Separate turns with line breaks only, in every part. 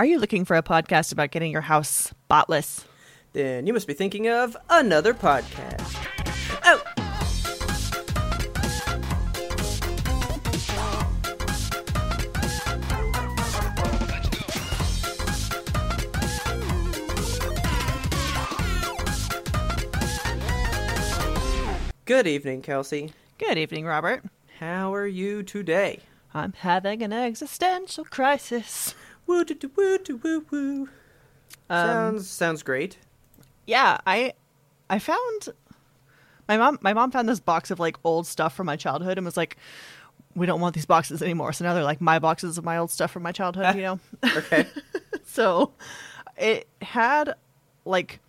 Are you looking for a podcast about getting your house spotless?
Then you must be thinking of another podcast. Oh! Good evening, Kelsey.
Good evening, Robert.
How are you today?
I'm having an existential crisis.
Woo doo doo woo doo woo woo. sounds sounds great.
Yeah, I I found my mom my mom found this box of like old stuff from my childhood and was like we don't want these boxes anymore. So now they're like my boxes of my old stuff from my childhood, you know.
Okay.
so it had like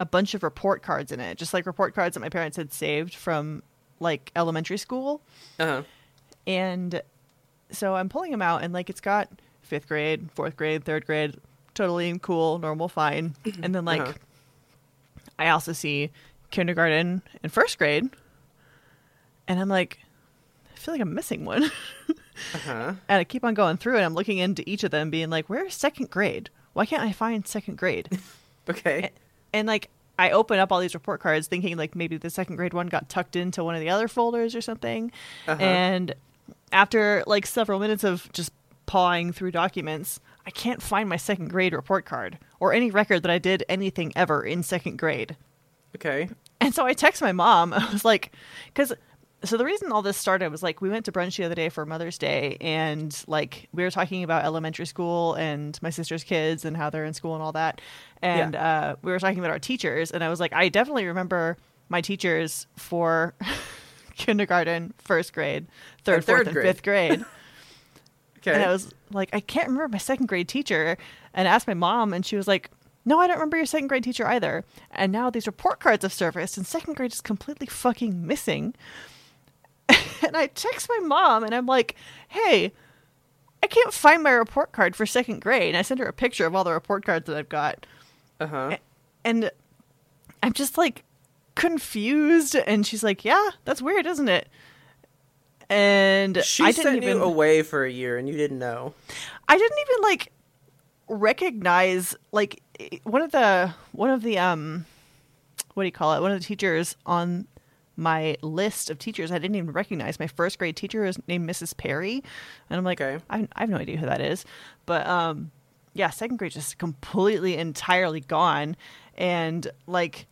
a bunch of report cards in it, just like report cards that my parents had saved from like elementary school.
uh huh.
And so I'm pulling them out, and like it's got fifth grade, fourth grade, third grade, totally cool, normal, fine. And then like
Uh-huh.
I also see kindergarten and first grade, and I'm like, I feel like I'm missing one.
Uh-huh.
And I keep on going through, and I'm looking into each of them, being like, where's second grade? Why can't I find second grade?
Okay.
and like I open up all these report cards thinking like maybe the second grade one got tucked into one of the other folders or something. And after like several minutes of just pawing through documents, I can't find my second grade report card or any record that I did anything ever in second grade.
Okay.
And so I text my mom. I was like, because so the reason all this started was like we went to brunch the other day for Mother's Day, and like we were talking about elementary school and my sister's kids and how they're in school and all that, and uh, we were talking about our teachers, and I was like, I definitely remember my teachers for kindergarten, first grade, third,
And
fourth,
third
and
grade.
fifth grade.
Okay.
And I was like, I can't remember my second grade teacher. And I asked my mom, and she was like, No, I don't remember your second grade teacher either. And now these report cards have surfaced, and second grade is completely fucking missing. and I text my mom, and I'm like, Hey, I can't find my report card for second grade. And I sent her a picture of all the report cards that I've got.
uh huh.
And I'm just like confused. And she's like, Yeah, that's weird, isn't it? And
She
I
sent
didn't even
you away for a year, and you didn't know.
I didn't even like recognize like i- one of the one of the um what do you call it? One of the teachers on my list of teachers I didn't even recognize. My first grade teacher was named Mrs. Perry, and I'm like,
Okay.
I, I have no idea who that is, but um, yeah, second grade just completely entirely gone, and like.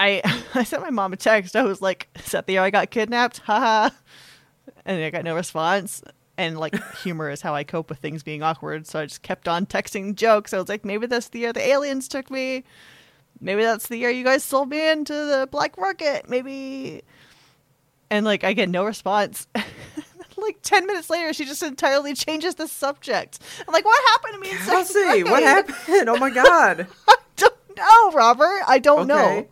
I, I sent my mom a text. I was like, "Is that the year I got kidnapped?" Haha and I got no response. And like humor is how I cope with things being awkward, so I just kept on texting jokes. I was like, maybe that's the year the aliens took me. Maybe that's the year you guys sold me into the black market. Maybe. And like I get no response. like ten minutes later, she just entirely changes the subject. I'm like, what happened to me? In second
Kelsey, what
grade?"
happened? Oh my god.
I don't know, Robert. I don't know.
Okay.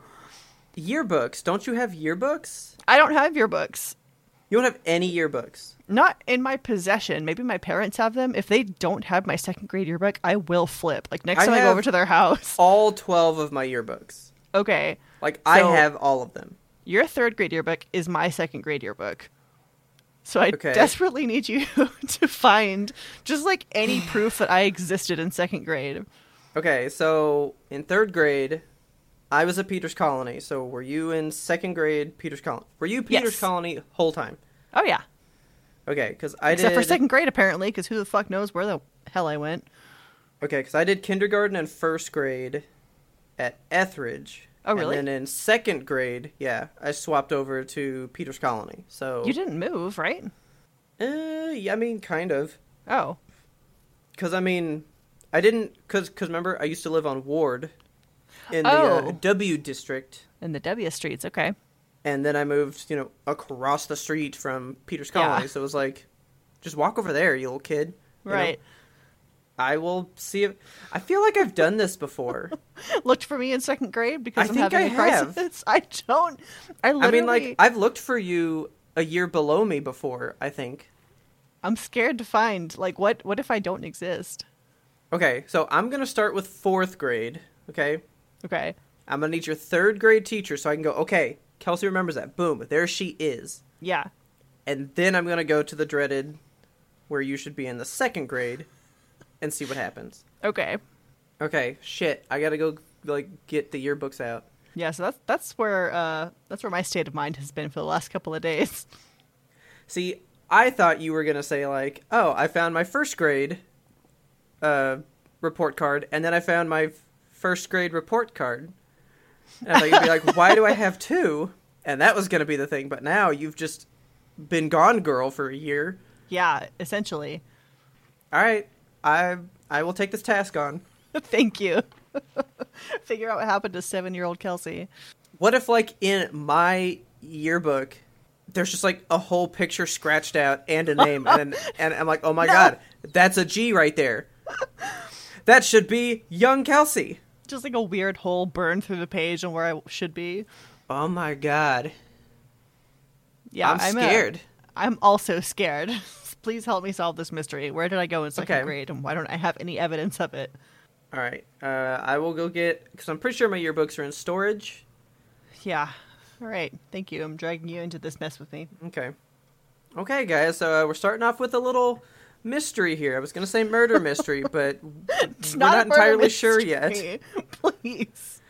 Yearbooks. Don't you have yearbooks?
I don't have your books.
You don't have any yearbooks.
not in my possession. Maybe my parents have them. If they don't have my second grade yearbook, I will flip. Like next
I
time I go
have-
over to their house.
All 12 of my yearbooks.
Okay.
Like, I
So-
have all of them.
Your third grade yearbook is my second grade yearbook. So I
Okay.
desperately need you to find just like any proof that I existed in second grade.
Okay, so in third grade, I was at Peters Colony. So were you in second grade Peters Colony? Were you Peters
Yes.
Colony whole time?
Oh yeah.
Okay, because I
Except
did.
for second grade apparently cuz who the fuck knows where the hell I went.
Okay, because I did kindergarten and first grade at Etheridge.
Oh, really?
And then in second grade, yeah, I swapped over to Peters Colony. So
You didn't move, right?
Uh, yeah, I mean, kind of.
Oh.
Because I mean, I didn't. Because cause remember, I used to live on Ward in the uh,
Oh.
W district,
In the W streets, okay.
and then I moved, you know, across the street from Peters
Yeah.
Colony. So it was like, just walk over there, you little kid. you know?
Right.
I will see if I feel like I've done this before.
Looked for me in second grade because
I
I am
think
having a
I have.
crisis. I don't. I
I
literally.
mean, like I've looked for you a year below me before. I think.
I'm scared to find like what what if I don't exist?
Okay, so I'm gonna start with fourth grade. Okay,
Okay.
I'm gonna need your third grade teacher so I can go. Okay, Kelsey remembers that. Boom, there she is.
Yeah.
And then I'm gonna go to the dreaded, where you should be in the second grade, and see what happens.
Okay.
Okay, shit, I gotta go like get the yearbooks out.
Yeah, so that's that's where uh that's where my state of mind has been for the last couple of days.
See, I thought you were gonna say like, "Oh, I found my first grade uh, report card, and then I found my f- first grade report card." And I thought you'd be like, "Why do I have two? And that was gonna be the thing, but now you've just been gone, girl, for a year.
Yeah, essentially.
All right, I I will take this task on.
Thank you. Figure out what happened to seven year old Kelsey.
What if like in my yearbook, there's just like a whole picture scratched out and a name, and and I'm like, oh my
No.
god, that's a G right there. That should be young Kelsey.
Just like a weird hole burned through the page and where I should be.
Oh my god,
Yeah,
I'm
a-
scared.
I'm also scared. Please help me solve this mystery. Where did I go in second
Okay.
grade and why don't I have any evidence of it?
All right, uh, I will go get because I'm pretty sure my yearbooks are in storage.
Yeah. All right. Thank you. I'm dragging you into this mess with me.
Okay, okay, guys. So uh, we're starting off with a little mystery here. I was gonna say murder mystery, but
It's a
we're not,
murder
entirely sure yet.
mystery. Please.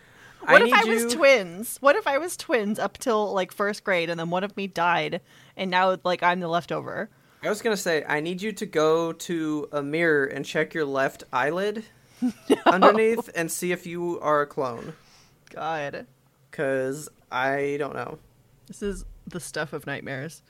I
What if
need
I was
you-
twins? What if I was twins up till like first grade and then one of me died and now like I'm the leftover?
I was gonna say, I need you to go to a mirror and check your left eyelid underneath and see if you are a clone.
God.
Cause I don't know.
This is the stuff of nightmares.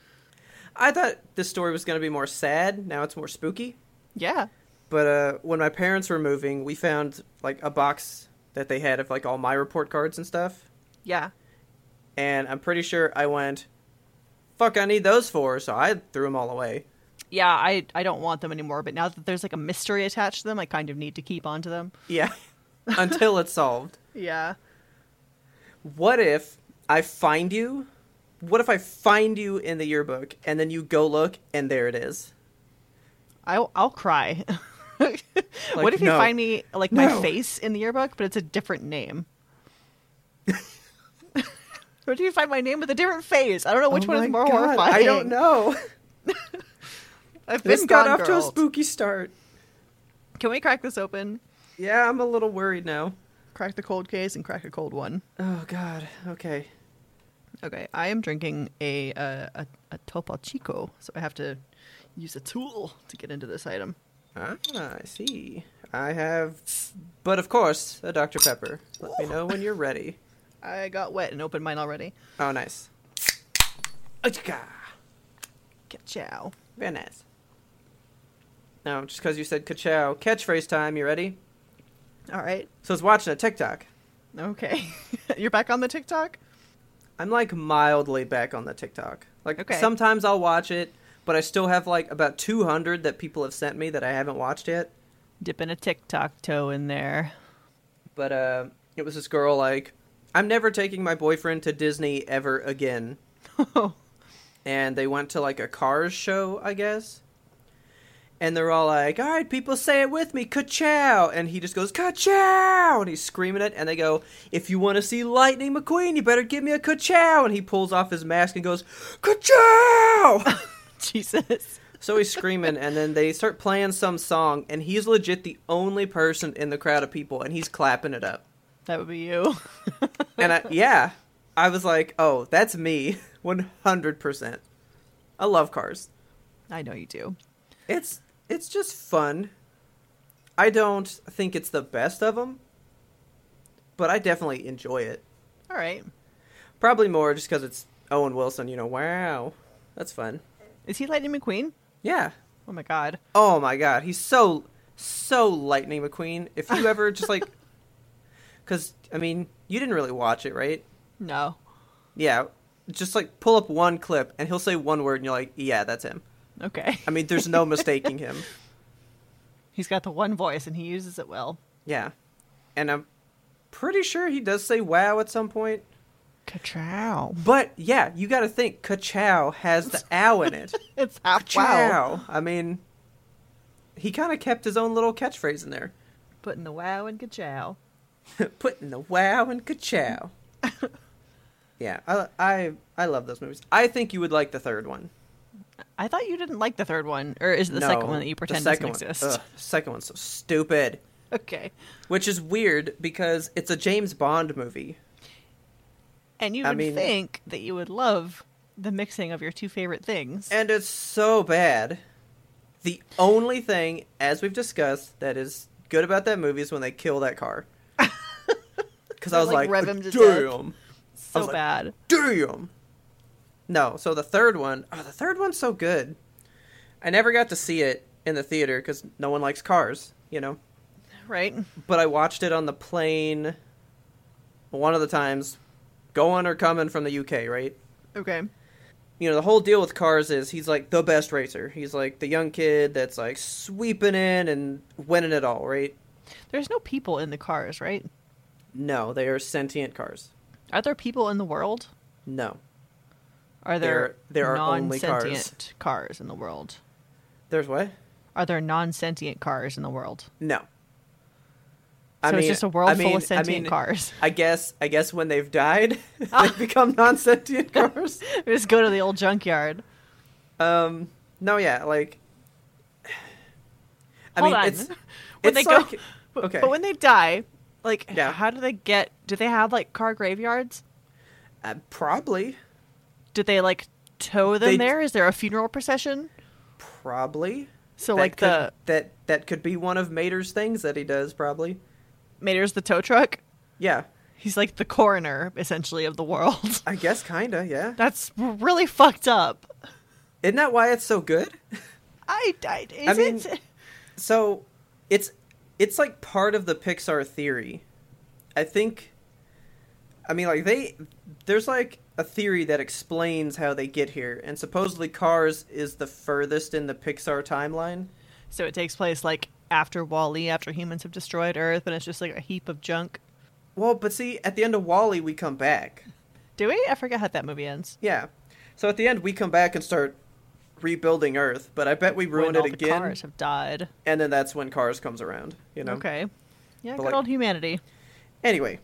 I thought this story was gonna be more sad. Now it's more spooky.
Yeah.
But uh, when my parents were moving, we found like a box that they had of like all my report cards and stuff.
Yeah.
And I'm pretty sure I went, "Fuck, I need those for," so I threw them all away.
Yeah, I I don't want them anymore, but now that there's like a mystery attached to them, I kind of need to keep onto them.
Yeah, until it's solved.
Yeah.
What if I find you? What if I find you in the yearbook and then you go look and there it is?
I I'll cry. what if you
no.
find me like
No.
my face in the yearbook, but it's a different name? Where do you find my name with a different face? I don't know which
one
one is more horrifying.
Oh I don't know.
I've been
this got
gone
off to a
girls.
spooky start.
Can we crack this open?
Yeah, I'm a little worried now.
Crack the cold case and crack a cold one.
Oh god. Okay.
Okay, I am drinking a uh, a, a topo chico, so I have to use a tool to get into this item.
Ah, I see. I have but of course, a Dr. Pepper. Let me know when you're ready.
I got wet and opened mine already.
Oh nice. Achika.
Ka-chow.
Very nice. Now, just because you said ka-chow, catchphrase time, you ready?
All right.
So I was watching a TikTok.
Okay. You're back on the TikTok?
I'm like mildly back on the TikTok. Like
Okay.
sometimes I'll watch it, but I still have like about 200 that people have sent me that I haven't watched yet.
Dipping a TikTok toe in there.
But uh, it was this girl like, I'm never taking my boyfriend to Disney ever again.
Oh,
and they went to like a Cars show, I guess. And they're all like, all right, people say it with me, ka-chow. And he just goes, ka-chow. And he's screaming it. And they go, if you want to see Lightning McQueen, you better give me a ka-chow. And he pulls off his mask and goes, ka-chow.
Jesus.
so he's screaming. And then they start playing some song. And he's legit the only person in the crowd of people. And he's clapping it up.
That would be you.
And I, yeah, I was like, oh, that's me. 100%. I love cars.
I know you do.
It's it's just fun. I don't think it's the best of them, but I definitely enjoy it.
All right.
Probably more just because it's Owen Wilson. You know, wow, that's fun.
Is he Lightning McQueen?
Yeah.
Oh my god.
Oh my god, he's so so Lightning McQueen. If you ever just like, because I mean, you didn't really watch it, right?
No.
Yeah. Just like pull up one clip and he'll say one word and you're like, yeah, that's him.
Okay.
I mean, there's no mistaking him.
He's got the one voice and he uses it well.
Yeah. And I'm pretty sure he does say wow at some point.
Kachow.
But yeah, you got to think Kachow has the ow in it.
It's half wow.
Chow. I mean, he kind of kept his own little catchphrase in there.
Putting the wow in kachow.
Putting the wow in Kachow. yeah, I, I I love those movies. I think you would like the third one.
I thought you didn't like the third one, or is it the second
No,
one that you
the
pretend doesn't
second one.
exist?
Ugh, the second one's so stupid.
Okay.
Which is weird because it's a James Bond movie.
And you would
I mean-
think that you would love the mixing of your two favorite things.
And it's so bad. The only thing, as we've discussed, that is good about that movie is when they kill that car. Because I was
Like,
like,
rev him to
damn.
so
like-
bad.
Damn. No, so the third one, oh, the third one's so good. I never got to see it in the theater because no one likes cars, you know?
Right?
but I watched it on the plane one of the times going or coming from the UK, right?
Okay.
You know, the whole deal with cars is he's like the best racer. He's like the young kid that's like sweeping in and winning it all, right?
There's no people in the cars, right?
No, they are sentient cars.
Are there people in the world?
No.
Are there
There- there are only
non-sentient
cars.
cars in the world?
There's what?
Are there non-sentient cars in the world?
No.
So it's just a world full of sentient cars.
I guess I guess when they've died, they become non-sentient cars.
Just go to the old junkyard.
Um, no, yeah, like. I
Hold
mean,
on.
it's
When
it's
they go-
like- okay.
But when they die, like,
Yeah.
how do they get? Do they have like car graveyards?
uh, probably,
Do they like tow them
They-
there? Is there a funeral procession?
probably.
So
That
like
could,
the
that that could be one of Mater's things that he does. Probably,
Mater's the tow truck.
yeah.
He's like the coroner essentially of the world.
I guess kinda, yeah.
That's really fucked up.
Isn't that why it's so good?
I, I is
I mean-
it?
So, it's it's like part of the Pixar theory. I think. I mean, like they there's like a theory that explains how they get here, and supposedly Cars is the furthest in the Pixar timeline.
So it takes place like after Wally, after humans have destroyed Earth, and it's just like a heap of junk.
Well, but see, at the end of Wally, we come back.
Do we? I forgot how that movie ends.
Yeah. So at the end, we come back and start rebuilding Earth, but I bet we ruin
When
it
all The
again.
cars have died.
And then that's when Cars comes around, you know?
Okay. Yeah,
But,
good
like-
old humanity.
Anyway,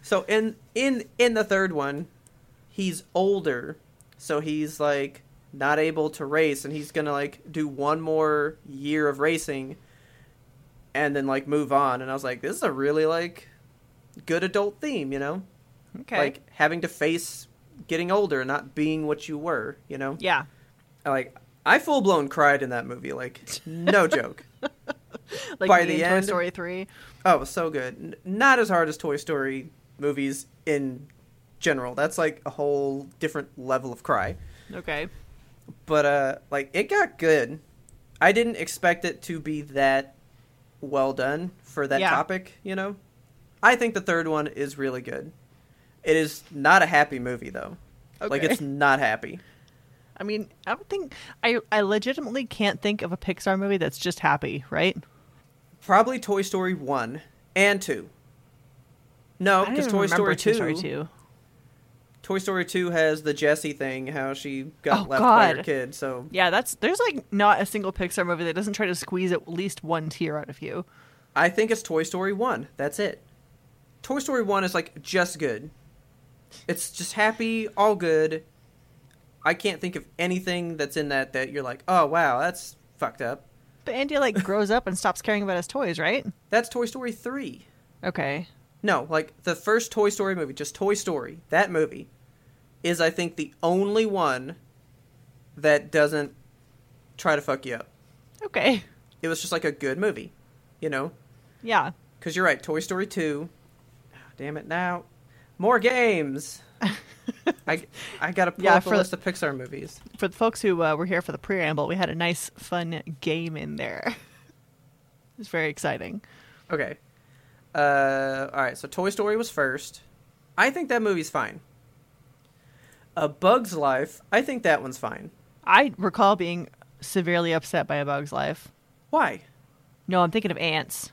so in in in the third one, he's older, so he's like not able to race, and he's gonna like do one more year of racing, and then like move on. And I was like, this is a really like good adult theme, you know?
Okay.
Like having to face getting older, and not being what you were, you know?
yeah.
like I full blown cried in that movie, like no joke.
Like
by
me
the
in
end-
Toy Story three.
Oh, it was so good. N- not as hard as Toy Story movies in general. That's like a whole different level of cry.
Okay.
But uh like it got good. I didn't expect it to be that well done for that
Yeah.
topic, you know. I think the third one is really good. It is not a happy movie though. Like
Okay.
it's not happy.
I mean, I don't think I I legitimately can't think of a Pixar movie that's just happy, right?
Probably Toy Story 1 and 2. No,
I don't
because
even
Toy
remember
Story 2,
Toy Story two.
Toy Story 2 has the Jessie thing, how she got
Oh,
left by her
God.
kid. So,
Yeah, that's there's like not a single Pixar movie that doesn't try to squeeze at least one tear out of you.
I think it's Toy Story 1. That's it. Toy Story 1 is like just good. It's just happy, all good. I can't think of anything that's in that that you're like, "Oh, wow, that's fucked up."
But Andy like grows up and stops caring about his toys, right?
That's Toy Story 3.
Okay.
No, like the first Toy Story movie, just Toy Story, that movie, is I think the only one that doesn't try to fuck you up.
Okay.
It was just like a good movie, you know?
Yeah.
Because you're right, Toy Story 2. Ah, Damn it, now. More games! I, I gotta pull
Yeah,
up a
for-
list of Pixar movies.
For the folks who uh, were here for the preamble, we had a nice, fun game in there. it's very exciting.
Okay. Uh, alright, so Toy Story was first. I think that movie's fine. A Bug's Life, I think that one's fine.
I recall being severely upset by A Bug's Life.
Why?
No, I'm thinking of ants.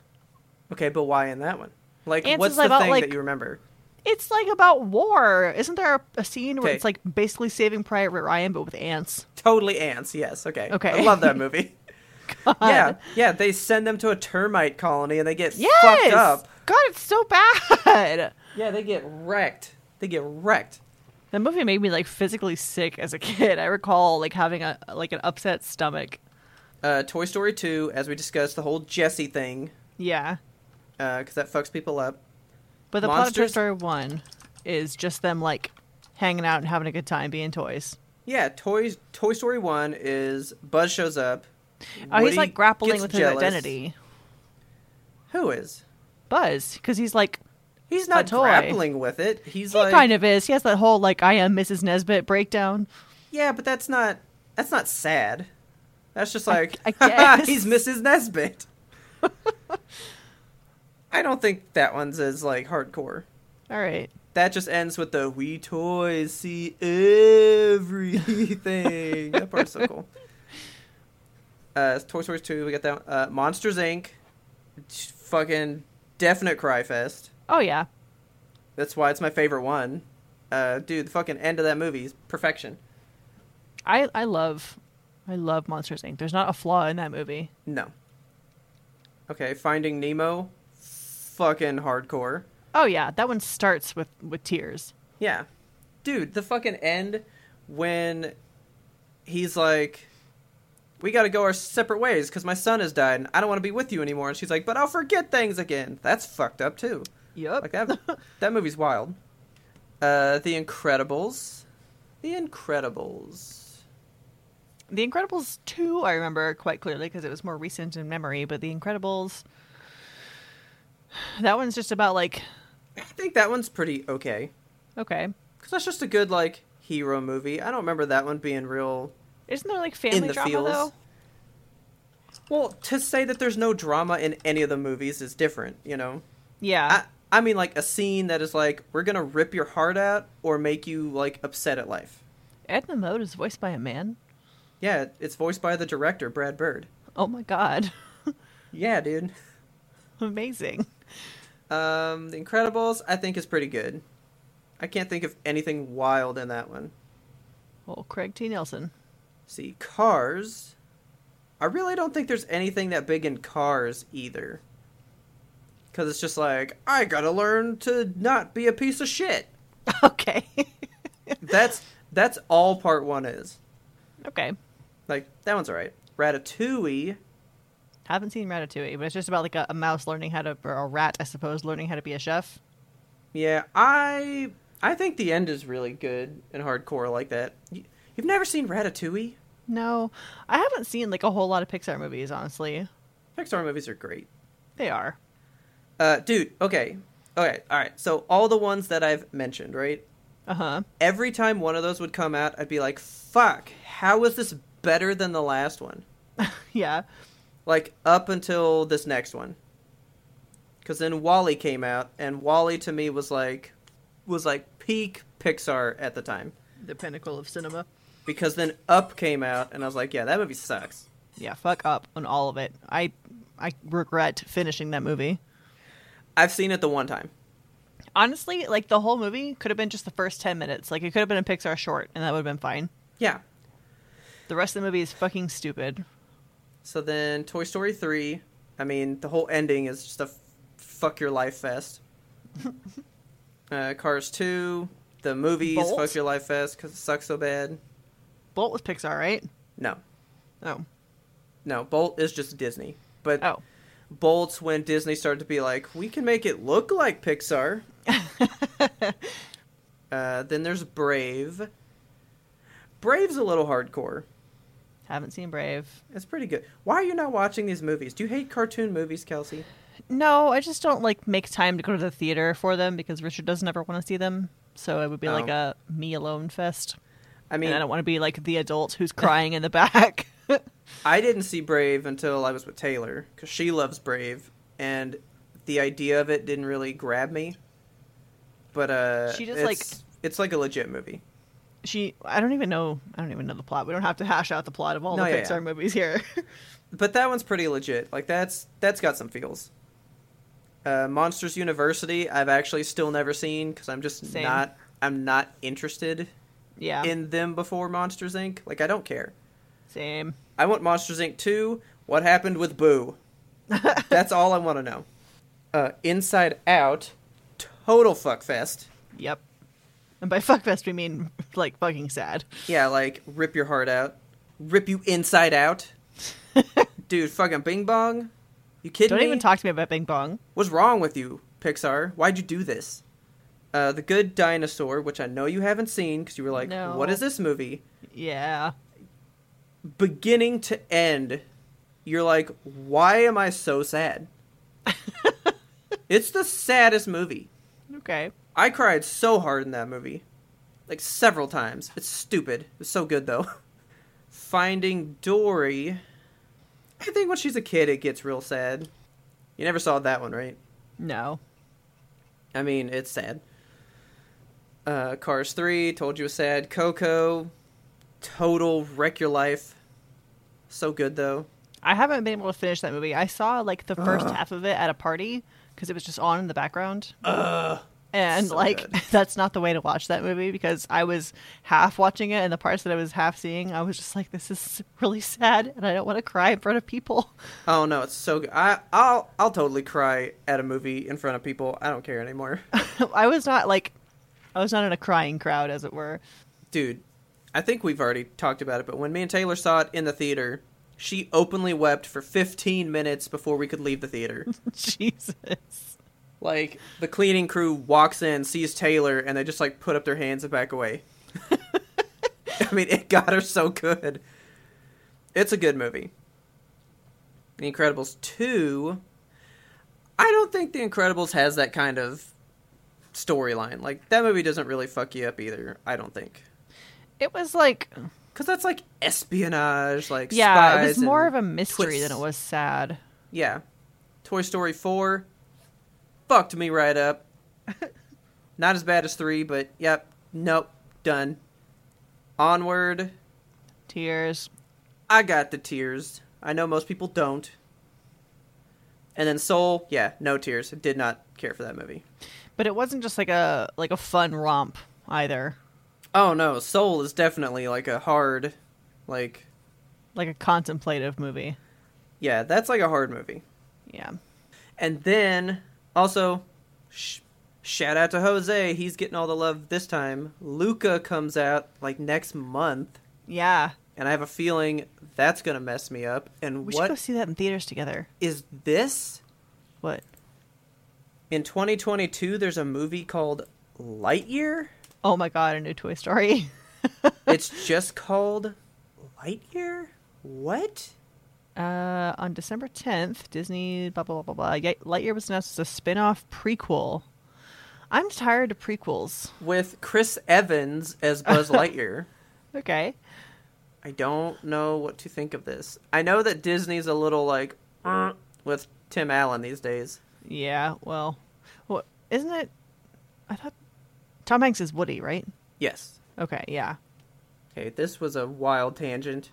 Okay, but why in that one? Like,
Ants
what's
is
the
about,
thing
like-
that you remember?
It's like about war. Isn't there a, a scene where
Okay.
it's like basically saving Private Ryan but with ants?
Totally ants. Yes. Okay.
Okay.
I love that movie. Yeah. Yeah. They send them to a termite colony and they get
Yes.
fucked up.
God, it's so bad.
Yeah, they get wrecked. They get wrecked.
That movie made me like physically sick as a kid. I recall like having a like an upset stomach.
Uh, Toy Story 2, as we discussed, the whole Jesse thing,
Yeah.
because that fucks people up.
But the plot of Toy
Monsters-
Story 1 is just them like hanging out and having a good time being toys.
Yeah, Toys Toy Story 1 is Buzz shows up.
Oh,
Woody
he's like grappling
gets
with his
jealous.
identity.
Who is?
Buzz, because he's like,
He's not
toy.
grappling with it. He's
he
like
kind of is. He has that whole like, I am Mrs. Nesbit breakdown.
Yeah, but that's not that's not sad. That's just like
I guess.
he's Mrs. Nesbit. I don't think that one's as like hardcore.
All right.
That just ends with the we toys see everything. that part's so cool. Uh, Toy Story 2, we got that. one. Uh, Monsters Inc. It's Fucking definite cry fest.
Oh, yeah.
That's why it's my favorite one. Uh, dude, the fucking end of that movie is perfection.
I, I love. I love Monsters Inc. There's not a flaw in that movie.
No. Okay, Finding Nemo, fucking hardcore.
Oh yeah, that one starts with with tears.
Yeah. Dude, the fucking end when he's like, we gotta go our separate ways because my son has died and I don't want to be with you anymore. And she's like, but I'll forget things again. That's fucked up too.
Yep.
Like that, that movie's wild. Uh, The Incredibles. The Incredibles.
The Incredibles 2, I remember quite clearly because it was more recent in memory, but The Incredibles that one's just about like
I think that one's pretty okay.
okay.
Because that's just a good, like, hero movie. I don't remember that one being real
Isn't there like family
the
drama
feels.
though?
Well, to say that there's no drama in any of the movies is different, you know.
Yeah.
I I mean like a scene that is like we're going to rip your heart out or make you like upset at life.
Edna Mode is voiced by a man.
Yeah, it's voiced by the director Brad Bird.
Oh my god.
Yeah, dude.
Amazing.
Um The Incredibles I think is pretty good. I can't think of anything wild in that one.
Well, Craig T. Nelson.
See, Cars I really don't think there's anything that big in Cars either. Cuz it's just like I got to learn to not be a piece of shit.
Okay.
That's that's all part one is.
okay.
Like that one's alright. Ratatouille.
Haven't seen Ratatouille, but it's just about like a, a mouse learning how to or a rat, I suppose, learning how to be a chef.
Yeah, I I think the end is really good and hardcore like that. You, you've never seen Ratatouille?
No. I haven't seen like a whole lot of Pixar movies, honestly.
Pixar movies are great.
They are.
Uh, dude. Okay. Okay. All right. So all the ones that I've mentioned, right?
Uh-huh.
Every time one of those would come out, I'd be like, "Fuck! How is this better than the last one?"
Yeah.
like up until this next one because then wally came out and wally to me was like was like peak pixar at the time
The pinnacle of cinema.
because then up came out and i was like yeah that movie sucks
Yeah, fuck up on all of it. I I regret finishing that movie.
i've seen it the one time
Honestly, like the whole movie could have been just the first 10 minutes. Like it could have been a Pixar short and that would have been fine.
yeah
The rest of the movie is fucking stupid.
so then toy story 3 i mean the whole ending is just a f- fuck your life fest uh, cars 2 the movies
Bolt?
fuck your life fest because it sucks so bad
Bolt was Pixar, right?
no
Oh.
no bolt is just disney but
Oh.
bolts when Disney started to be like, we can make it look like Pixar. uh, then there's Brave. Brave's a little hardcore.
Haven't seen Brave.
It's pretty good. Why are you not watching these movies? Do you hate cartoon movies, Kelsey?
No, I just don't like make time to go to the theater for them because Richard doesn't ever want to see them. So it would be like a
Oh.
me alone fest.
I mean,
and I
I,
don't want to be like the adult who's crying in the back.
didn't see Brave until I was with Taylor because she loves Brave, and the idea of it didn't really grab me. But uh,
She just,
it's, it's like a legit movie.
she I don't even know I don't even know the plot. We don't have to hash out the plot of all
No,
the
yeah,
Pixar
yeah.
movies here.
but that one's pretty legit. Like that's that's got some feels. Uh, Monsters University, I've actually still never seen because I'm just
Same.
not I'm not interested
yeah.
in them before Monsters Inc. Like I don't care.
same.
I want Monsters Inc. two. What happened with Boo? that's all I want to know. Uh, Inside Out, total fuckfest.
Yep. And by fuckfest we mean like fucking sad.
Yeah, like rip your heart out, rip you inside out, dude. Fucking Bing Bong. You kidding
Don't
me?
even talk to me about Bing Bong.
What's wrong with you, Pixar? Why'd you do this? Uh, the Good Dinosaur, which I know you haven't seen because you were like,
No.
"What is this movie?"
Yeah.
Beginning to end, you're like, "Why am I so sad?" it's the saddest movie.
Okay.
I cried so hard in that movie, like several times. It's stupid. It's so good though. Finding Dory. I think when she's a kid, it gets real sad. You never saw that one, right?
No.
I mean, it's sad. Uh, Cars 3, told you was sad. Coco, total wreck your life. So good, though.
I haven't been able to finish that movie. I saw like the first half of it at a party because it was just on in the background. and
So
like
good.
that's not the way to watch that movie because I was half watching it and the parts that I was half seeing, I was just like, this is really sad and I don't want to cry in front of people.
Oh no, it's so good. I, I'll I'll totally cry at a movie in front of people. I don't care anymore,
I was not like, I was not in a crying crowd, as it were.
dude. I think we've already talked about it, but when me and Taylor saw it in the theater, she openly wept for 15 minutes before we could leave the theater.
Jesus.
like the cleaning crew walks in, sees Taylor, and they just like put up their hands and back away. I mean, it got her so good. It's a good movie. The Incredibles 2. I don't think The Incredibles has that kind of storyline. Like, that movie doesn't really fuck you up either, I don't think.
It was like,
Because that's like espionage, like
yeah, it
spies
was more of
and
a mystery than
twists.
it was sad.
Yeah. Toy Story 4 fucked me right up. Not as bad as 3, but yep. Nope. Done. Onward.
Tears.
I got the tears. I know most people don't. And then Soul, yeah, no tears. Did not care for that movie.
But it wasn't just like a like a fun romp either,
Oh no, Soul is definitely like a hard like
like a contemplative movie.
yeah, that's like a hard movie.
Yeah.
And then also, sh- shout out to Jose. He's getting all the love this time. Luca comes out like next month,
Yeah.
and I have a feeling that's gonna mess me up. And
We
what
should go
is
see that in theaters together.
this?
What?
In 2022, there's a movie called Lightyear.
Oh my god, a new Toy Story.
it's just called Lightyear. What?
Uh, on December 10th, Disney blah blah blah blah blah. Ye- Lightyear was announced as a spin-off prequel. I'm tired of prequels.
With Chris Evans as Buzz Lightyear.
Okay.
I don't know what to think of this. I know that Disney's a little like "Uh," with Tim Allen these days.
Yeah, well, well, isn't it? I thought Tom Hanks is Woody, right?
Yes.
Okay, yeah,
Okay, this was a wild tangent.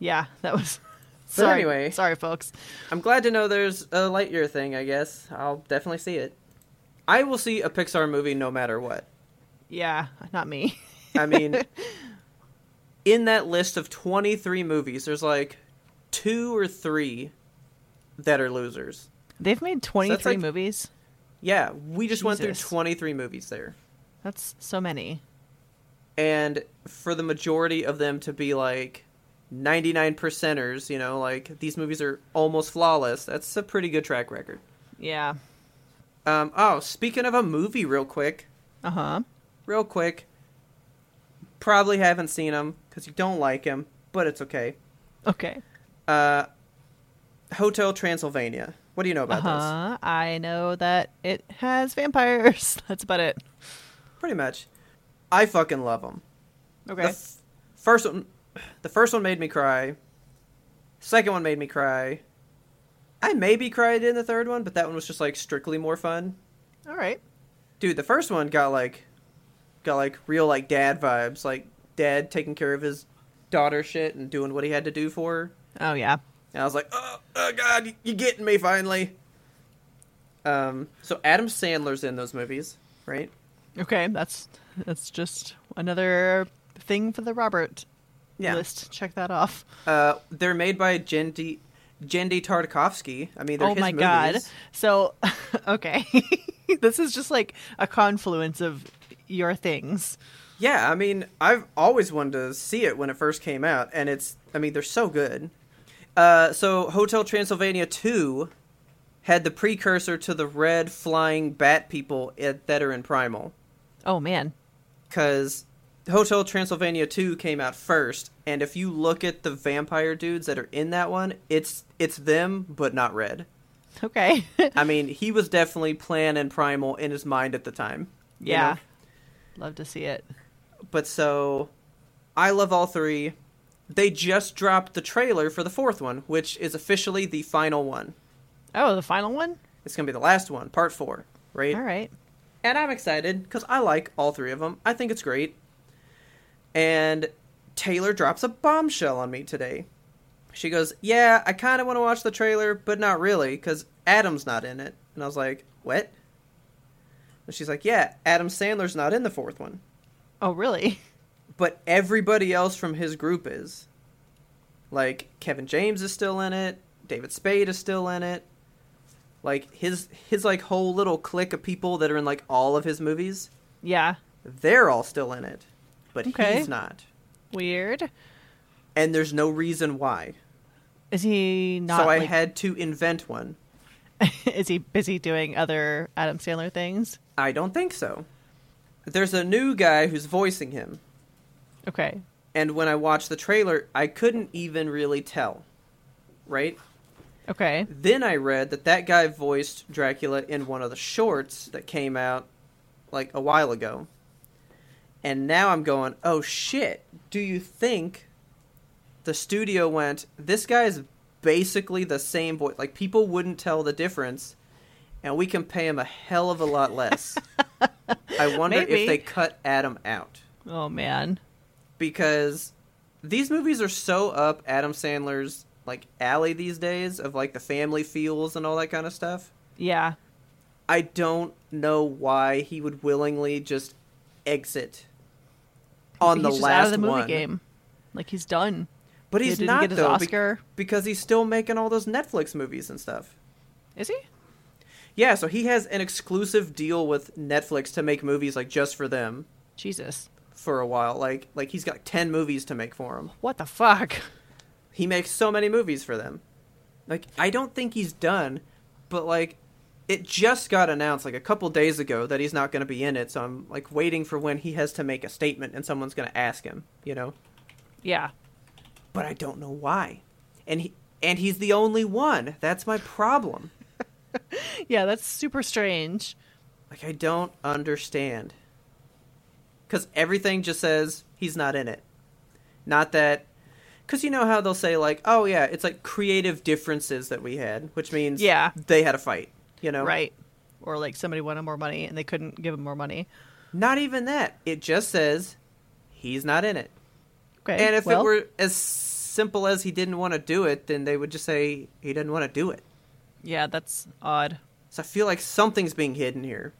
yeah, that was. sorry,
anyway-
sorry, folks.
I'm glad to know there's a Lightyear thing, I guess. I'll definitely see it. I will see a Pixar movie no matter what.
Yeah, not me.
I mean, in that list of 23 movies, there's like two or three that are losers.
They've made 23
like-
movies.
Yeah, we just went through
Jesus.
23 movies there.
That's so many.
and for the majority of them to be like 99 percenters you know like these movies are almost flawless that's a pretty good track record
Yeah.
um oh speaking of a movie real quick
Uh huh.
real quick probably haven't seen him because you don't like him but it's okay
Okay.
uh hotel transylvania what do you know
Uh
about this
huh. I know that it has vampires. That's about it.
pretty much i fucking love him
Okay.
The f- first one, the first one made me cry. Second one made me cry. I maybe cried in the third one, but that one was just like strictly more fun.
All right.
Dude, the first one got like got like real like dad vibes, like dad taking care of his daughter shit and doing what he had to do for her.
Oh yeah.
And I was like, oh, oh God, you, you getting me finally. Um, so Adam Sandler's in those movies, right?
Okay, that's that's just another thing for the Robert list. Check that off.
Uh, they're made by Jendi, Jendi Tartakovsky. I mean, they're
oh
his
my
movies.
god. So okay. this is just like a confluence of your things.
Yeah, I mean, I've always wanted to see it when it first came out, and it's, I mean, they're so good. Uh, so Hotel Transylvania 2 had the precursor to the red flying bat people at, that are in Primal.
Oh man.
because Hotel Transylvania 2 came out first, and if you look at the vampire dudes that are in that one, it's it's them, but not red.
Okay.
I mean, he was definitely plan and primal in his mind at the time. you
yeah.
know?
Love to see it.
But so, I love all three. They just dropped the trailer for the fourth one, which is officially the final one.
Oh, the final one?
It's gonna be the last one, part four, right?
All right.
And I'm excited because I like all three of them. I think it's great. And Taylor drops a bombshell on me today. She goes, Yeah, I kind of want to watch the trailer, but not really because Adam's not in it. And I was like, What? And she's like, Yeah, Adam Sandler's not in the fourth one,
Oh, really?
but everybody else from his group is. Like, Kevin James is still in it, David Spade is still in it. Like his his like whole little clique of people that are in like all of his movies
Yeah.
they're all still in it, but
Okay.
he's not.
Weird.
And there's no reason why.
Is he not
so I
like-
had to invent one.
is he busy doing other Adam Sandler things?
I don't think so. There's a new guy who's voicing him,
Okay.
and when I watched the trailer, I couldn't even really tell. Right?
Okay.
Then I read that that guy voiced Dracula in one of the shorts that came out like a while ago. And now I'm going, oh shit, do you think the studio went, this guy's basically the same voice? Like, people wouldn't tell the difference, and we can pay him a hell of a lot less. I wonder
Maybe.
if they cut Adam out
Oh man.
because these movies are so up Adam Sandler's like alley these days of like the family feels and all that kind of stuff.
Yeah.
I don't know why he would willingly just exit on
he's
the
just
last
out of the movie
one.
game. Like he's done.
But
He
he's
didn't
not
get his
though be-
Oscar.
because he's still making all those Netflix movies and stuff.
Is he?
Yeah, so he has an exclusive deal with Netflix to make movies like just for them
Jesus.
for a while. Like like he's got 10 movies to make for him.
What the fuck?
he makes so many movies for them. Like I don't think he's done, but like it just got announced like a couple days ago that he's not going to be in it. So I'm like waiting for when he has to make a statement and someone's going to ask him, you know.
Yeah.
But I don't know why. And he and he's the only one. That's my problem.
Yeah, that's super strange.
Like I don't understand. Cuz everything just says he's not in it. Not that cuz you know how they'll say like, "Oh yeah, it's like creative differences that we had," which means
Yeah.
they had a fight, you know.
Right. Or like somebody wanted more money and they couldn't give him more money.
Not even that. It just says he's not in it.
Okay.
And if
well,
it were as simple as he didn't want to do it, then they would just say he didn't want to do it.
Yeah, that's odd.
So I feel like something's being hidden here,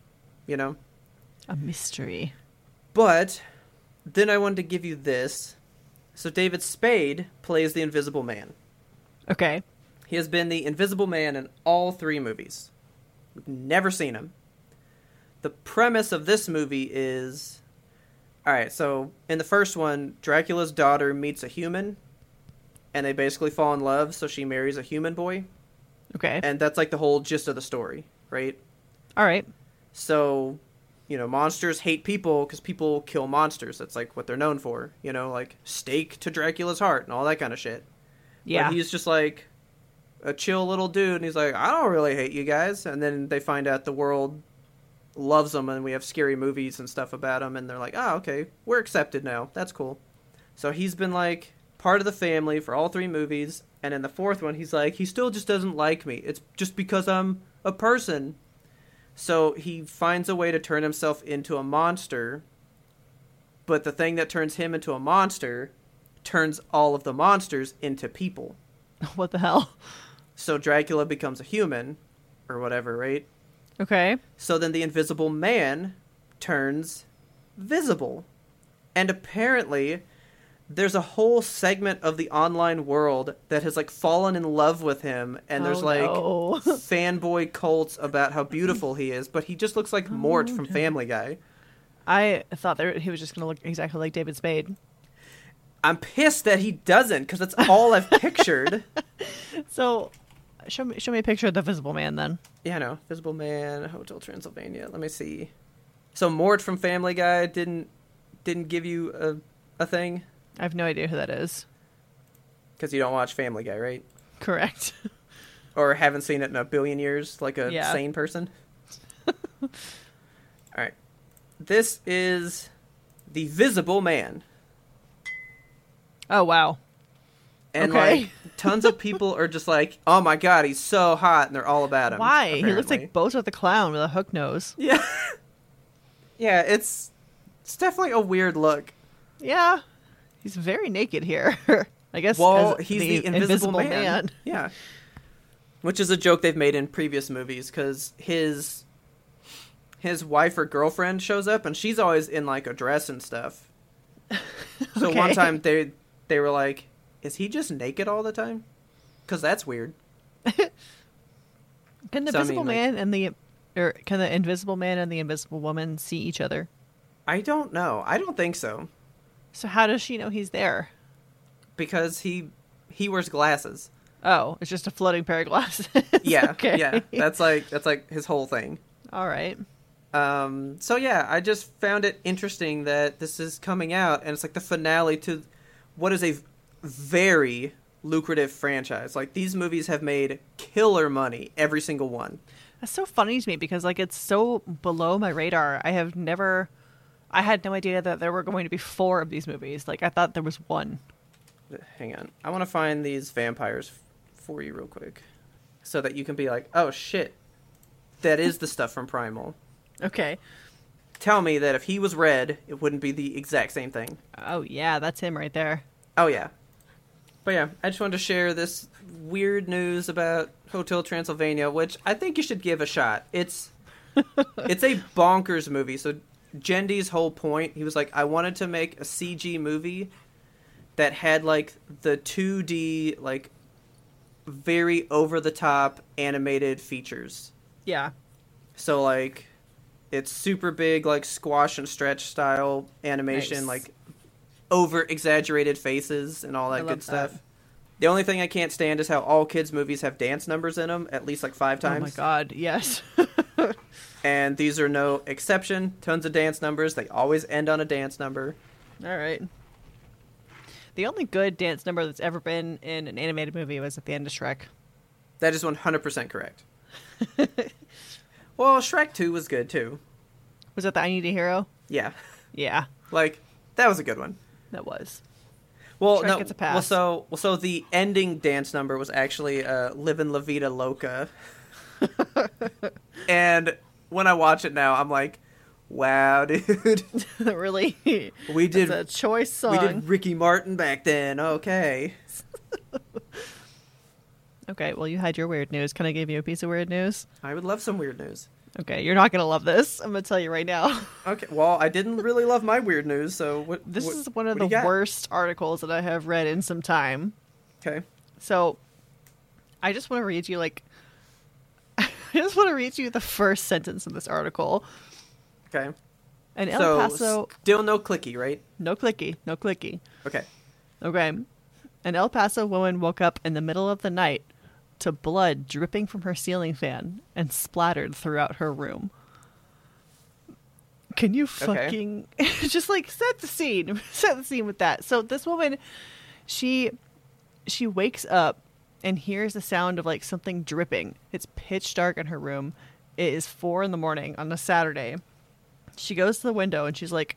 you know.
A mystery.
But then I wanted to give you this. So David Spade plays the Invisible Man.
Okay.
He has been the Invisible Man in all three movies. We've never seen him. The premise of this movie is all right, so in the first one, Dracula's daughter meets a human and they basically fall in love, so she marries a human boy,
Okay.
and that's like the whole gist of the story, right?
All right.
So, you know, monsters hate people because people kill monsters. That's like what they're known for. You know, like stake to Dracula's heart and all that kind of shit. But
Yeah.
he's just like a chill little dude, and he's like, I don't really hate you guys. And then they find out the world loves them, and we have scary movies and stuff about him, and they're like, oh, okay, we're accepted now. That's cool. So he's been like part of the family for all three movies, and in the fourth one, he's like, he still just doesn't like me. It's just because I'm a person. So he finds a way to turn himself into a monster But the thing that turns him into a monster turns all of the monsters into people.
What the hell?
So Dracula becomes a human or whatever, right?
Okay.
So then the invisible man turns visible. And apparently there's a whole segment of the online world that has like fallen in love with him and there's
Oh,
like
no.
fanboy cults about how beautiful he is, but he just looks
Oh,
like Mort from Family Guy.
I thought there, he was just going to look exactly like David Spade.
I'm pissed that he doesn't cuz that's all I've pictured.
So, show me, show me a picture of the Visible Man then.
Yeah, no. Visible Man, Hotel Transylvania. Let me see. So Mort from Family Guy didn't didn't give you a a thing
I have no idea who that is.
because you don't watch Family Guy, right?
Correct.
Or haven't seen it in a billion years, like a
Yeah.
sane person. All right, this is the Visible Man,
Oh wow.
and
Okay.
like tons of people are just like, "Oh my god, he's so hot," and they're all about him.
Why? He looks
apparently.
like Bozo the Clown with a hook nose.
yeah, yeah. It's it's definitely a weird look.
Yeah. He's very naked here. I guess
Well,
as
he's the, invisible, man. Yeah. Which is a joke they've made in previous movies because his his wife or girlfriend shows up and she's always in like a dress and stuff. So one
Okay.
time they they were like, "Is he just naked all the time?" Because that's weird.
Can the
So, I mean,
visible
like-
man and the or can the invisible man and the invisible woman see each other?
I don't know. I don't think so
So how does she know he's there?
because he he wears glasses.
Oh, it's just a floating pair of glasses.
Yeah,
okay.
yeah. That's like that's like his whole thing.
all right.
Um, so yeah, I just found it interesting that this is coming out, and it's like the finale to what is a v- very lucrative franchise. Like these movies have made killer money, every single one.
That's so funny to me because like it's so below my radar. I have never I had no idea that there were going to be four of these movies. Like I thought there was one.
Hang on, I want to find these vampires f- for you real quick, so that you can be like, oh shit, that is the stuff from Primal.
Okay.
Tell me that if he was red, it wouldn't be the exact same thing.
Oh yeah, that's him right there.
Oh yeah. But yeah, I just wanted to share this weird news about Hotel Transylvania, which I think you should give a shot. It's it's a bonkers movie. So Jendy's whole point, he was like, I wanted to make a CG movie that had like the 2D like very over the top animated features.
Yeah.
So like it's super big like squash and stretch style animation,
Nice.
like over exaggerated faces and all
I
that
love
good stuff.
that.
The only thing I can't stand is how all kids movies have dance numbers in them at least like 5 times.
Oh my god, yes.
And these are no exception. Tons of dance numbers. They always end on a dance number.
All right. The only good dance number that's ever been in an animated movie was at the end of Shrek.
That is 100% correct. well, Shrek 2 was good too.
Was that the I Need a Hero?
Yeah.
Yeah,
Like that was a good one.
that was.
Well,
Shrek
no.
gets a pass.
Well, so well, so the ending dance number was actually uh, "Livin' La Vida Loca," and when I watch it now, I'm like, "Wow, dude,
really?
we did
It's a choice
we
song.
did Ricky Martin back then." Okay,
Okay, well, you had your weird news. Can I give you a piece of weird news?
I would love some weird news.
Okay, you're not going to love this. I'm going to tell you right now.
Okay, well, I didn't really love my weird news, so what?
This
is
is one of the worst articles that I have read in some time.
Okay,
So I just want to read you like I just want to read you the first sentence of this article.
okay.
An El
so
Paso
still no clicky, right?
No clicky, no clicky.
Okay.
Okay. An El Paso woman woke up in the middle of the night to blood dripping from her ceiling fan and splattered throughout her room. Can you fucking just like set the scene? Set the scene with that. So this woman, she she wakes up and hears the sound of like something dripping. It's pitch dark in her room. It is four in the morning on a Saturday. She goes to the window and she's like,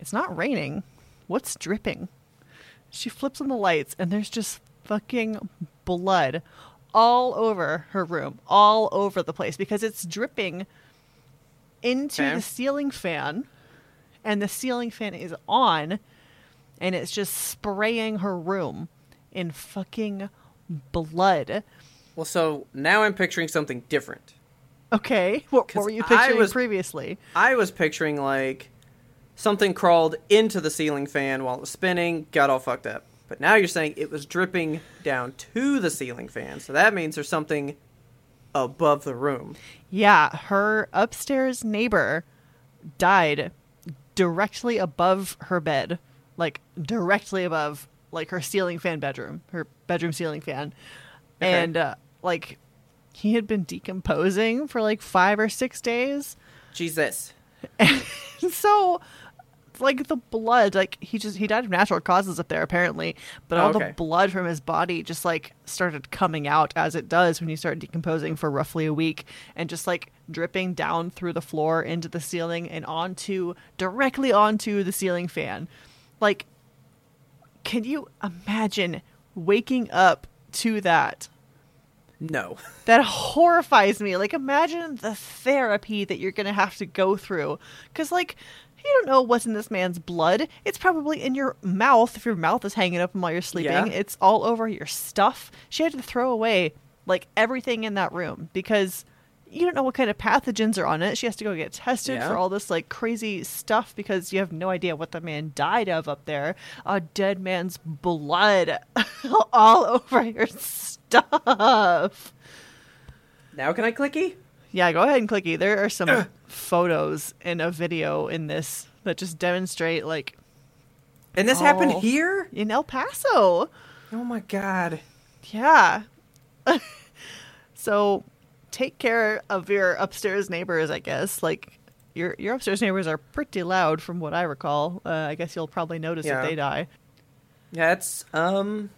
It's not raining. What's dripping? She flips on the lights and there's just fucking blood all over her room, all over the place because it's dripping into
Okay.
the ceiling fan and the ceiling fan is on and it's just spraying her room in fucking blood.
Well, so now I'm picturing something different.
Okay, what, what
'Cause
were you
I
picturing
was-
previously?
I was picturing like something crawled into the ceiling fan while it was spinning, got all fucked up. But now you're saying it was dripping down to the ceiling fan, so that means there's something above the room.
Yeah, her upstairs neighbor died directly above her bed, like directly above, like her ceiling fan bedroom, her bedroom ceiling fan,
Okay.
and uh, like he had been decomposing for like five or six days,
Jesus.
so like the blood, like he just he died of natural causes up there apparently, but all
Okay.
the blood from his body just like started coming out as it does when you start decomposing for roughly a week and just like dripping down through the floor into the ceiling and onto directly onto the ceiling fan. Like can you imagine waking up to that?
No.
that horrifies me. Like, imagine the therapy that you're going to have to go through. Because, like, you don't know what's in this man's blood. It's probably in your mouth if your mouth is hanging open while you're sleeping.
Yeah.
It's all over your stuff. She had to throw away, like, everything in that room because you don't know what kind of pathogens are on it. She has to go get tested
Yeah.
for all this, like, crazy stuff because you have no idea what the man died of up there. A dead man's blood all over your stuff.
Now can I clicky?
Yeah, go ahead and clicky. There are
Uh.
some photos and a video in this that just demonstrate like
And this happened
Oh.
here?
in El Paso.
Oh my god.
Yeah. so take care of your upstairs neighbors, I guess. Like your your upstairs neighbors are pretty loud from what I recall. Uh, I guess you'll probably notice
Yeah.
if they die.
That's um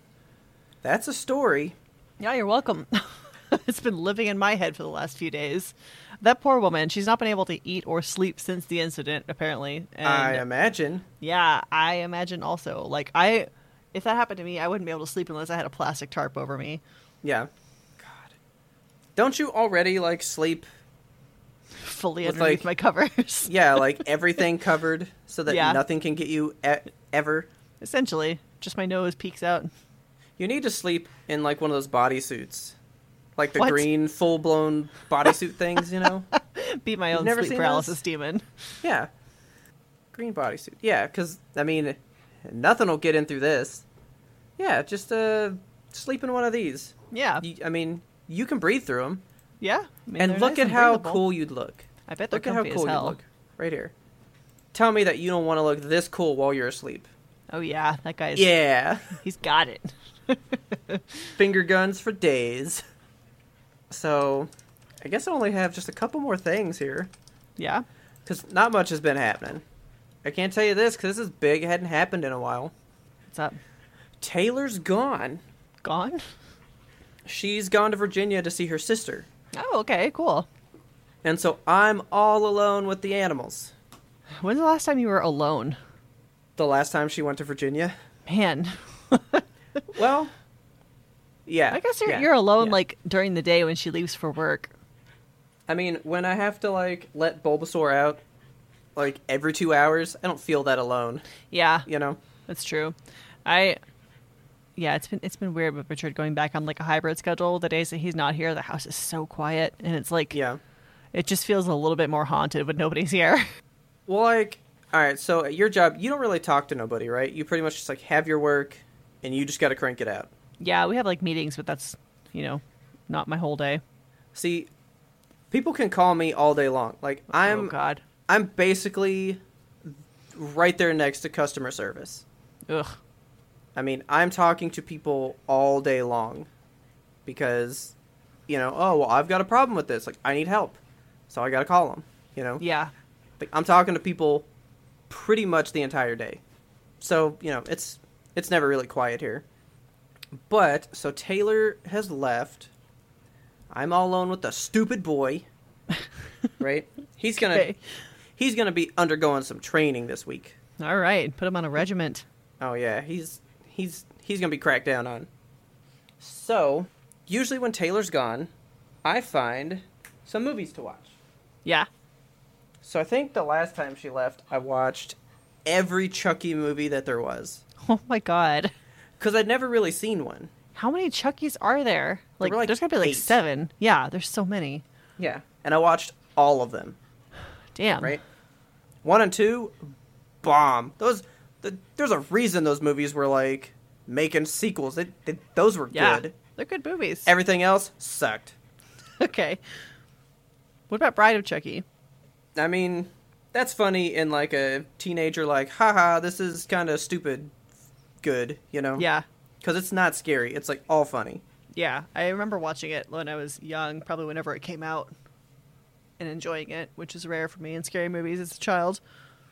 that's a story.
Yeah, you're welcome. it's been living in my head for the last few days. That poor woman, she's not been able to eat or sleep since the incident, apparently. And
I imagine.
Yeah, I imagine also. Like I if that happened to me, I wouldn't be able to sleep unless I had a plastic tarp over me.
Yeah. God. Don't you already like sleep
Fully
With,
underneath
like-
my covers.
Yeah, like everything covered so that
Yeah.
nothing can get you e- ever.
Essentially. Just my nose peeks out.
You need to sleep in like one of those bodysuits. Like the
What?
green full blown bodysuit things, you know?
Be my own
never
sleep
seen
paralysis
those?
demon.
Yeah. Green bodysuit. Yeah, because, I mean, nothing will get in through this. Yeah, just uh, sleep in one of these.
Yeah.
You, I mean, you can breathe through them.
Yeah. I mean, they're
and look
nice
at how
breathable.
cool you'd look.
I bet they're
Look at how
comfy
cool
as
you
hell.
look. Right here. Tell me that you don't want to look this cool while you're asleep.
Oh yeah, that guy's
Yeah.
he's got it.
finger guns for days. So, I guess I only have just a couple more things here
Yeah.
because not much has been happening. I can't tell you this because this is big; it hadn't happened in a while.
What's up?
Taylor's gone.
Gone?
She's gone to Virginia to see her sister,
Oh, okay, cool.
and so I'm all alone with the animals.
When's the last time you were alone?
The last time she went to Virginia,
Man.
well, yeah,
I guess you're,
yeah,
you're alone
yeah.
like during the day when she leaves for work.
I mean, when I have to like let Bulbasaur out, like every two hours, I don't feel that alone.
Yeah.
You know.
That's true. I yeah, it's been it's been weird with Richard going back on like a hybrid schedule. The days that he's not here, the house is so quiet and it's like
Yeah.
it just feels a little bit more haunted when nobody's here.
Well, like, all right. So at your job, you don't really talk to nobody, right? You pretty much just like have your work, and you just got to crank it out.
yeah, we have like meetings, but that's you know, not my whole day.
See, people can call me all day long. Like I'm,
oh god.
I'm basically right there next to customer service.
Ugh.
I mean, I'm talking to people all day long because, you know, oh well, I've got a problem with this. Like I need help, so I got to call them. You know.
Yeah.
Like, I'm talking to people pretty much the entire day. So, you know, it's it's never really quiet here. But so Taylor has left. I'm all alone with the stupid boy. right? He's going to
Okay.
he's going to be undergoing some training this week.
All right. Put him on a regiment.
Oh yeah, he's he's he's gonna be cracked down on. So, usually when Taylor's gone, I find some movies to watch.
Yeah.
So I think the last time she left, I watched every Chucky movie that there was
Oh my god.
because I'd never really seen one.
How many Chuckies are there? Like,
were, like,
there's gotta be like
eight.
seven. Yeah, there's so many.
Yeah, and I watched all of them.
Damn.
Right, one and two, bomb. Those, the, there's a reason those movies were like making sequels. They, they, those were
Yeah.
good.
They're good movies.
Everything else sucked.
okay. What about Bride of Chucky?
I mean, that's funny in like a teenager, like, haha, this is kind of stupid. Good, you know?
Yeah.
Because it's not scary. It's like all funny.
Yeah. I remember watching it when I was young, probably whenever it came out, and enjoying it, which is rare for me in scary movies as a child.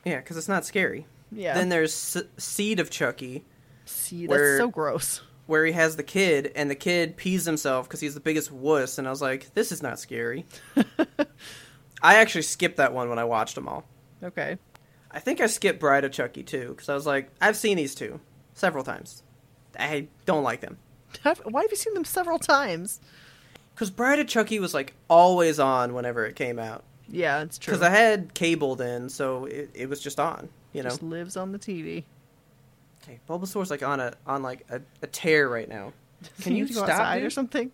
Yeah, because it's not scary.
Yeah.
Then there's S- Seed of Chucky,
See,
Where-
that's so gross.
where he has the kid, and the kid pees himself because he's the biggest wuss. And I was like, this is not scary. I actually skipped that one when I watched them all.
Okay.
I think I skipped Bride of Chucky too, because I was like, I've seen these two several times. I don't like them.
Have- Why have you seen them several times?
Because Bride of Chucky was like always on whenever it came out.
Yeah, it's true.
Because I had cable then, so it, it was just on. You know,
Just lives on the TV.
okay, Bulbasaur's like on a on like a, a tear right now. Can
He
you
needs to
stop
go outside
dude?
or something?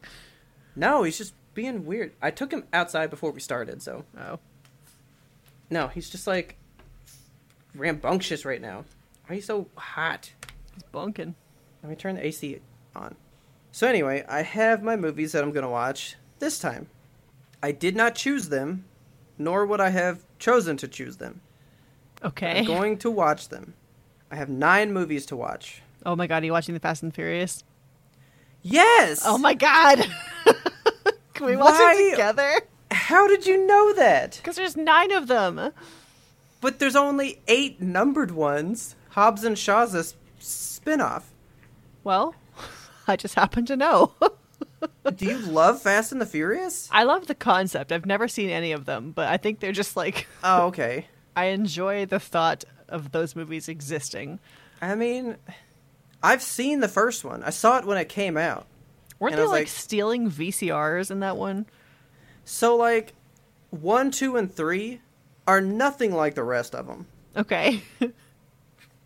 No, he's just being weird. I took him outside before we started, so
Oh,
no, he's just like rambunctious right now. Why are you so hot?
he's bunking.
Let me turn the AC on. So anyway, I have my movies that I'm going to watch this time. I did not choose them, nor would I have chosen to choose them.
Okay.
I'm going to watch them. I have nine movies to watch.
Oh my god, are you watching the Fast and Furious?
Yes.
Oh my god. Can we watch
Why-
it together?
How did you know that?
Because there's nine of them.
But there's only eight numbered ones. Hobbs and Shaw's a s- spinoff.
Well, I just happen to know.
Do you love Fast and the Furious?
I love the concept. I've never seen any of them, but I think they're just like
Oh, okay.
I enjoy the thought of those movies existing.
I mean, I've seen the first one. I saw it when it came out.
Weren't
And I
they
was
like,
like-
stealing VCRs in that one?
So like, one, two, and three are nothing like the rest of them.
Okay.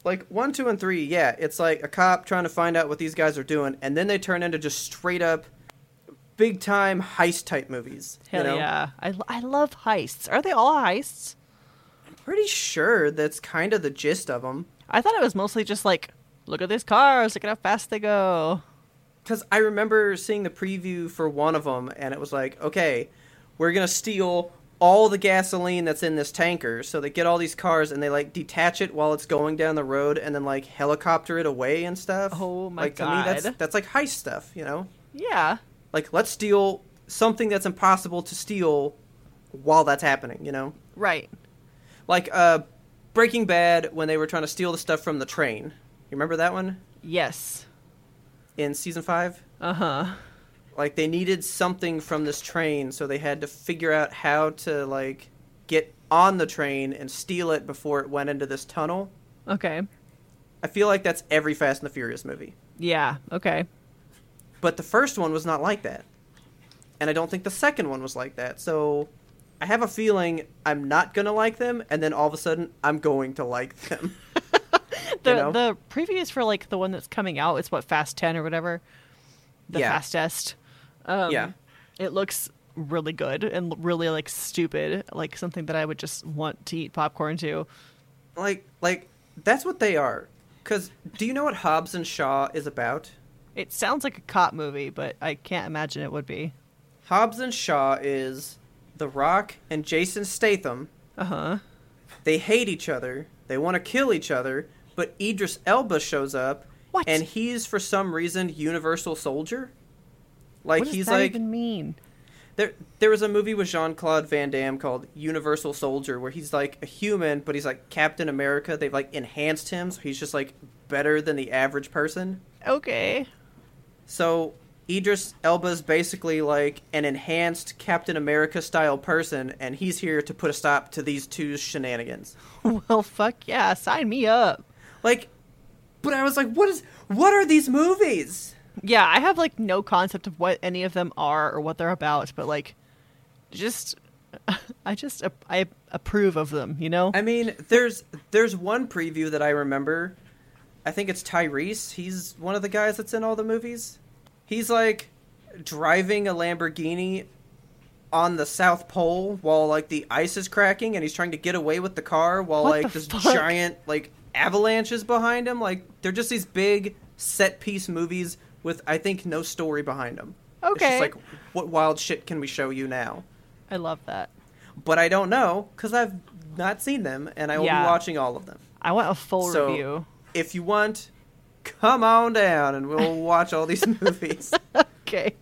Like one, two, and three, yeah, it's like a cop trying to find out what these guys are doing, and then they turn into just straight up, big time heist type movies. you
Hell
know?
yeah. I, lo- I love heists. Are they all heists?
Pretty sure that's kind of the gist of them.
I thought it was mostly just like, look at these cars, look at how fast they go.
Because I remember seeing the preview for one of them, and it was like, okay, we're gonna steal all the gasoline that's in this tanker. So they get all these cars and they like detach it while it's going down the road, and then like helicopter it away and stuff.
Oh my
like, To me, that's
God.
that's like heist stuff, you know?
Yeah.
Like let's steal something that's impossible to steal while that's happening, you know?
Right.
Like uh, Breaking Bad when they were trying to steal the stuff from the train. You remember that one
Yes.
in season five?
Uh huh.
like they needed something from this train so they had to figure out how to like get on the train and steal it before it went into this tunnel
Okay.
i feel like that's every fast and the furious movie
Yeah. Okay.
but the first one was not like that and i don't think the second one was like that so i have a feeling i'm not going to like them and then all of a sudden i'm going to like them
The
know?
the previews for like the one that's coming out, it's what Fast Ten or whatever, the
Yeah.
fastest. Um,
Yeah.
It looks really good and l- really like stupid, like something that I would just want to eat popcorn to.
like like that's what they are because do you know what hobbs and shaw is about
It sounds like a cop movie, but I can't imagine it would be.
Hobbs and Shaw is The Rock and Jason Statham.
Uh huh.
They hate each other. They want to kill each other, but Idris Elba shows up
What?
and he's for some reason Universal Soldier. Like
what does
he's
that
like
even mean?
there there was a movie with Jean-Claude Van Damme called Universal Soldier where he's like a human but he's like Captain America. They've like enhanced him so he's just like better than the average person.
Okay.
So Idris Elba's basically like an enhanced Captain America style person, and he's here to put a stop to these two shenanigans.
well, fuck yeah. Sign me up.
Like, but I was like, what is? What are these movies?
Yeah, I have like no concept of what any of them are or what they're about, but like just I just ap- I approve of them, you know.
I mean, there's there's one preview that I remember. I think it's Tyrese. He's one of the guys that's in all the movies. He's like driving a Lamborghini on the South Pole while like the ice is cracking, and he's trying to get away with the car while
What
like
the
this
fuck?
giant like avalanche is behind him. Like they're just these big set piece movies with I think no story behind them. It's just
Okay.
like what wild shit can we show you now?
I love that.
but I don't know because I've not seen them, and I will
Yeah.
be watching all of them.
I want a full
So-
review.
If you want, come on down, and we'll watch all these movies.
Okay.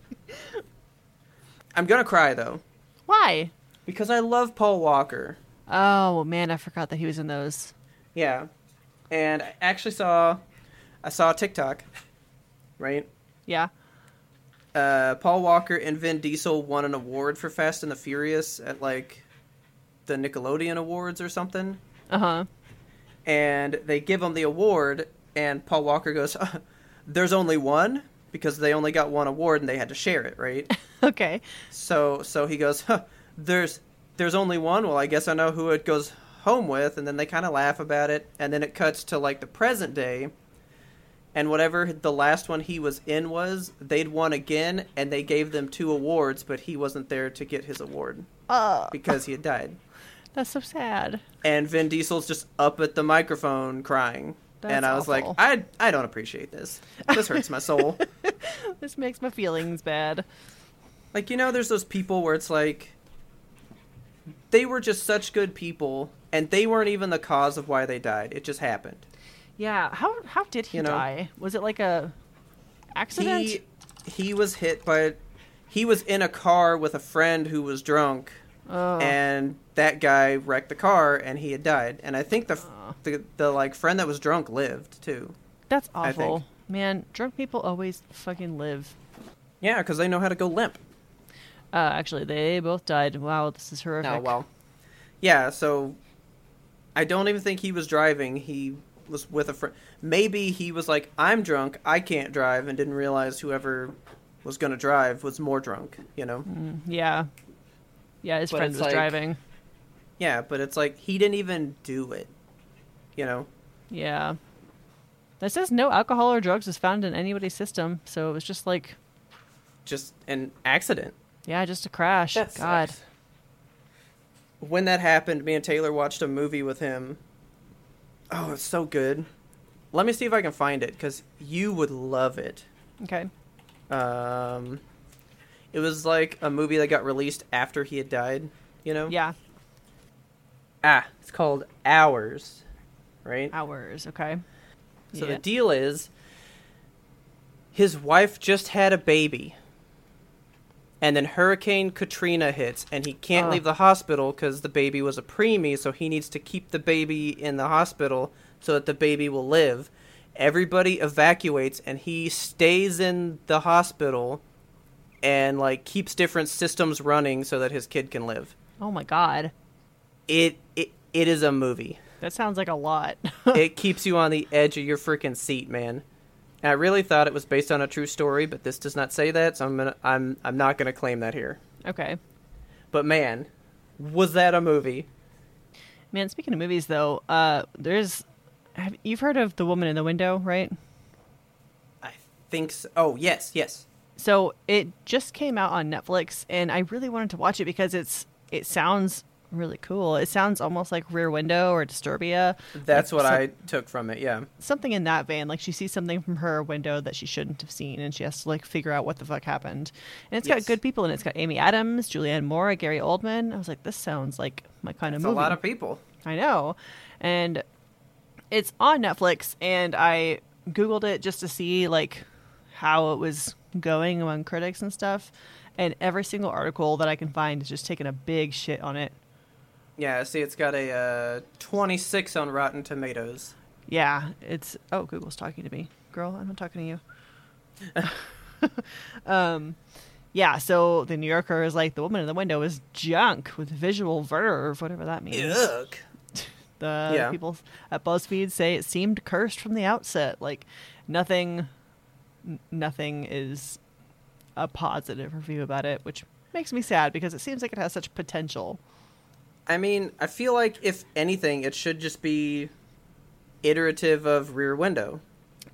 I'm gonna cry though
Why?
because I love Paul Walker.
Oh man, I forgot that he was in those.
Yeah, and I actually saw, I saw a TikTok, right?
Yeah.
Uh, Paul Walker and Vin Diesel won an award for Fast and the Furious at like the Nickelodeon Awards or something.
Uh huh.
and they give him the award and paul walker goes "Uh, there's only one because they only got one award and they had to share it right
Okay.
so so he goes huh, there's there's only one well i guess i know who it goes home with and then they kind of laugh about it and then it cuts to like the present day and whatever the last one he was in was they'd won again and they gave them two awards but he wasn't there to get his award
Oh,
because he had died
that's so sad.
and Vin Diesel's just up at the microphone crying.
That's
and I was
awful.
like, I I don't appreciate this. This hurts my soul.
This makes my feelings bad.
like you know, there's those people where it's like they were just such good people, and they weren't even the cause of why they died. It just happened.
Yeah. How how did he
You know.
die? Was it like a accident?
He he was hit by he was in a car with a friend who was drunk,
oh.
and that guy wrecked the car, and he had died. And I think the f
Oh.
the, the like friend that was drunk lived too.
That's
I think.
awful. Man, drunk people always fucking live.
Yeah, because they know how to go limp.
Uh, actually, they both died. Wow, this is horrific.
Oh well. Yeah, so I don't even think he was driving. He was with a friend. Maybe he was like, "I'm drunk. I can't drive," and didn't realize whoever was going to drive was more drunk. You know?
Yeah. Yeah, his
But
friend
it's
was
like-
driving.
Yeah, but it's like he didn't even do it. You know?
Yeah. That says no alcohol or drugs was found in anybody's system, so it was just like,
Just an accident.
yeah, just a crash.
That
God.
sucks. When that happened, me and Taylor watched a movie with him. Oh, it's so good. Let me see if I can find it because you would love it.
Okay.
Um, it was like a movie that got released after he had died. You know?
Yeah.
Ah, it's called Hours, right?
Hours. Okay.
So
yeah.
the deal is, his wife just had a baby, and then Hurricane Katrina hits, and he can't
Oh.
leave the hospital because the baby was a preemie, so he needs to keep the baby in the hospital so that the baby will live. Everybody evacuates, and he stays in the hospital, and like keeps different systems running so that his kid can live.
oh my God.
It it, it is a movie
That sounds like a lot.
it keeps you on the edge of your freaking seat, man. And I really thought it was based on a true story, but this does not say that, so I'm gonna, I'm I'm not gonna claim that here.
okay.
But man, was that a movie?
Man, speaking of movies, though, uh, there's. Have, you've heard of The Woman in the Window, right?
I think so. Oh yes, yes.
So it just came out on Netflix, and I really wanted to watch it because it's it sounds really cool. It sounds almost like Rear Window or Disturbia.
That's
Like
what
some-
I took from it. Yeah,
something in that vein. Like she sees something from her window that she shouldn't have seen, and she has to like figure out what the fuck happened. And it's
Yes.
got good people, and it. it's got Amy Adams, Julianne Moore, Gary Oldman. I was like, this sounds like my kind
it's
of
a
movie.
lot of people.
I know. And it's on Netflix and I googled it just to see like how it was going among critics and stuff. And every single article that I can find is just taking a big shit on it.
Yeah, see, it's got a uh, 26 on Rotten Tomatoes.
Yeah, it's oh, Google's talking to me. Girl, I'm not talking to you. um yeah, so the New Yorker is like the woman in the window is junk with visual verve, whatever that means.
Yuck.
The
Yeah.
people at BuzzFeed say it seemed cursed from the outset. Like nothing, n- nothing is a positive review about it, which makes me sad because it seems like it has such potential.
I mean, I feel like if anything, it should just be iterative of Rear Window,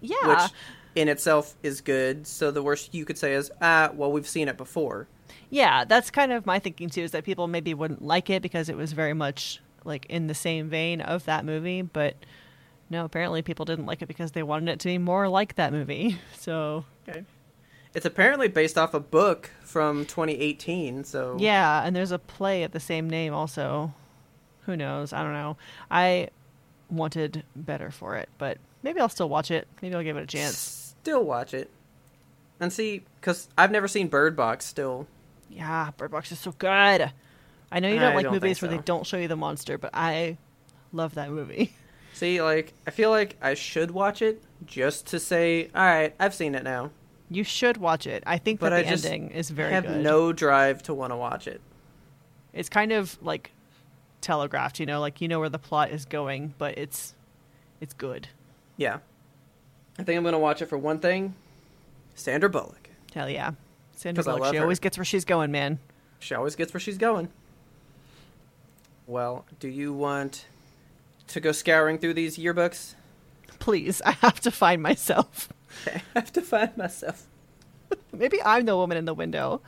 Yeah.
which in itself is good. So the worst you could say is, ah, well, we've seen it before.
yeah, that's kind of my thinking too is that people maybe wouldn't like it because it was very much like in the same vein of that movie, but no, apparently people didn't like it because they wanted it to be more like that movie. So,
It's apparently based off a book from 2018. So
yeah, and there's a play of the same name also. Who knows? I don't know. I wanted better for it, but maybe I'll still watch it. Maybe I'll give it a chance.
still watch it and see because I've never seen Bird Box. Still,
Yeah, Bird Box is so good. I know you don't
I
like
don't
movies
think
where
so.
they don't show you the monster, but I love that movie.
see, like I feel like I should watch it just to say, all right, I've seen it now.
You should watch it. I think
But
that
I
the
just
ending is very
have
good.
no drive to want to watch it.
it's kind of like telegraphed, you know, like you know where the plot is going, but it's it's good.
Yeah, I think I'm gonna watch it for one thing, Sandra Bullock.
Hell yeah. Sandra
'Cause I
Bullock,
love
she
her.
always gets where she's going, man.
She always gets where she's going. Well, do you want to go scouring through these yearbooks?
Please, I have to find myself.
I have to find myself.
Maybe I'm the woman in the window.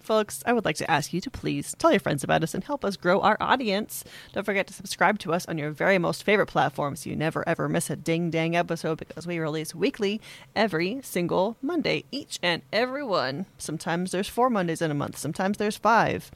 Folks, I would like to ask you to please tell your friends about us and help us grow our audience. Don't forget to subscribe to us on your very most favorite platform so you never ever miss a ding dang episode because we release weekly every single Monday, each and every one. Sometimes there's four Mondays in a month, sometimes there's five.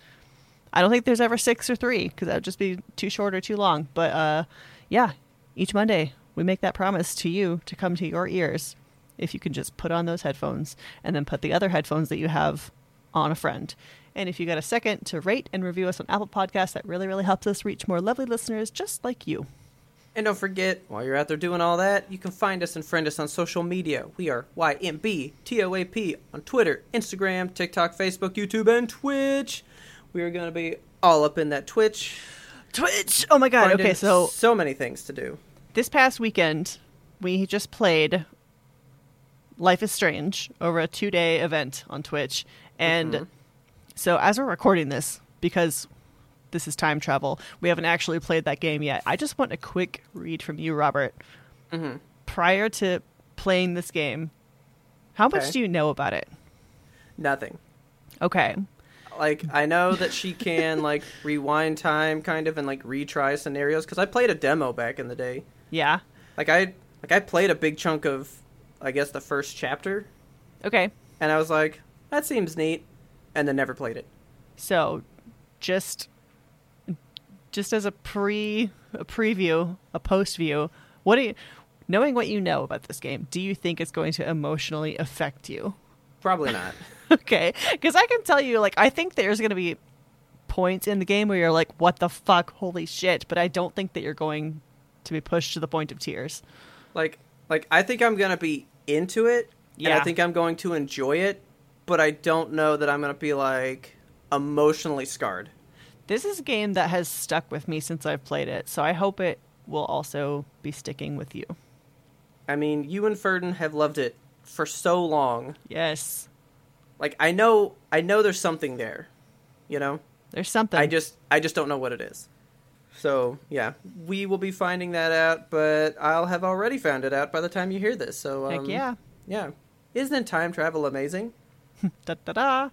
I don't think there's ever six or three because that would just be too short or too long. But uh, yeah, each Monday we make that promise to you to come to your ears if you can just put on those headphones and then put the other headphones that you have on a friend. And if you got a second to rate and review us on Apple Podcasts, that really, really helps us reach more lovely listeners just like you.
And don't forget, while you're out there doing all that, you can find us and friend us on social media. We are YMBTOAP on Twitter, Instagram, TikTok, Facebook, YouTube, and Twitch. We are going to be all up in that Twitch.
Twitch! Oh my god,
Finding
okay, so
so many things to do.
this past weekend we just played life is strange over a two-day event on twitch and so as we're recording this because this is time travel we haven't actually played that game yet i just want a quick read from you robert prior to playing this game how much
Okay.
do you know about it
Nothing.
okay
Like I know that she can like rewind time kind of and like retry scenarios cuz I played a demo back in the day.
yeah
Like I like I played a big chunk of I guess the first chapter
okay
and I was like, that seems neat and then never played it.
So, just just as a pre a preview, a post view, what do you knowing what you know about this game? Do you think it's going to emotionally affect you?
Probably not.
okay, because I can tell you, like, I think there's going to be points in the game where you're like, "What the fuck? Holy shit!" But I don't think that you're going to be pushed to the point of tears.
like like I think I'm gonna be into it. And I
Yeah.
think I'm going to enjoy it, but I don't know that I'm gonna be like emotionally scarred.
This is a game that has stuck with me since I've played it, so I hope it will also be sticking with you.
I mean, you and Ferdin have loved it for so long.
Yes,
Like I know I know there's something there. You know?
there's something.
I just I just don't know what it is. So yeah. We will be finding that out, but I'll have already found it out by the time you hear this. So um,
Heck yeah.
Yeah. Isn't time travel amazing?
da da da.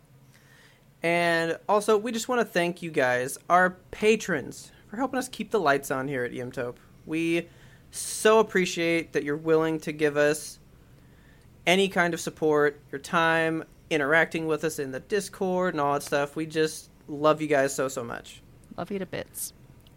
And also, we just want to thank you guys, our patrons, for helping us keep the lights on here at EMTOPE. We so appreciate that you're willing to give us any kind of support, your time, interacting with us in the Discord and all that stuff. We just love you guys so, so much.
Love you to bits.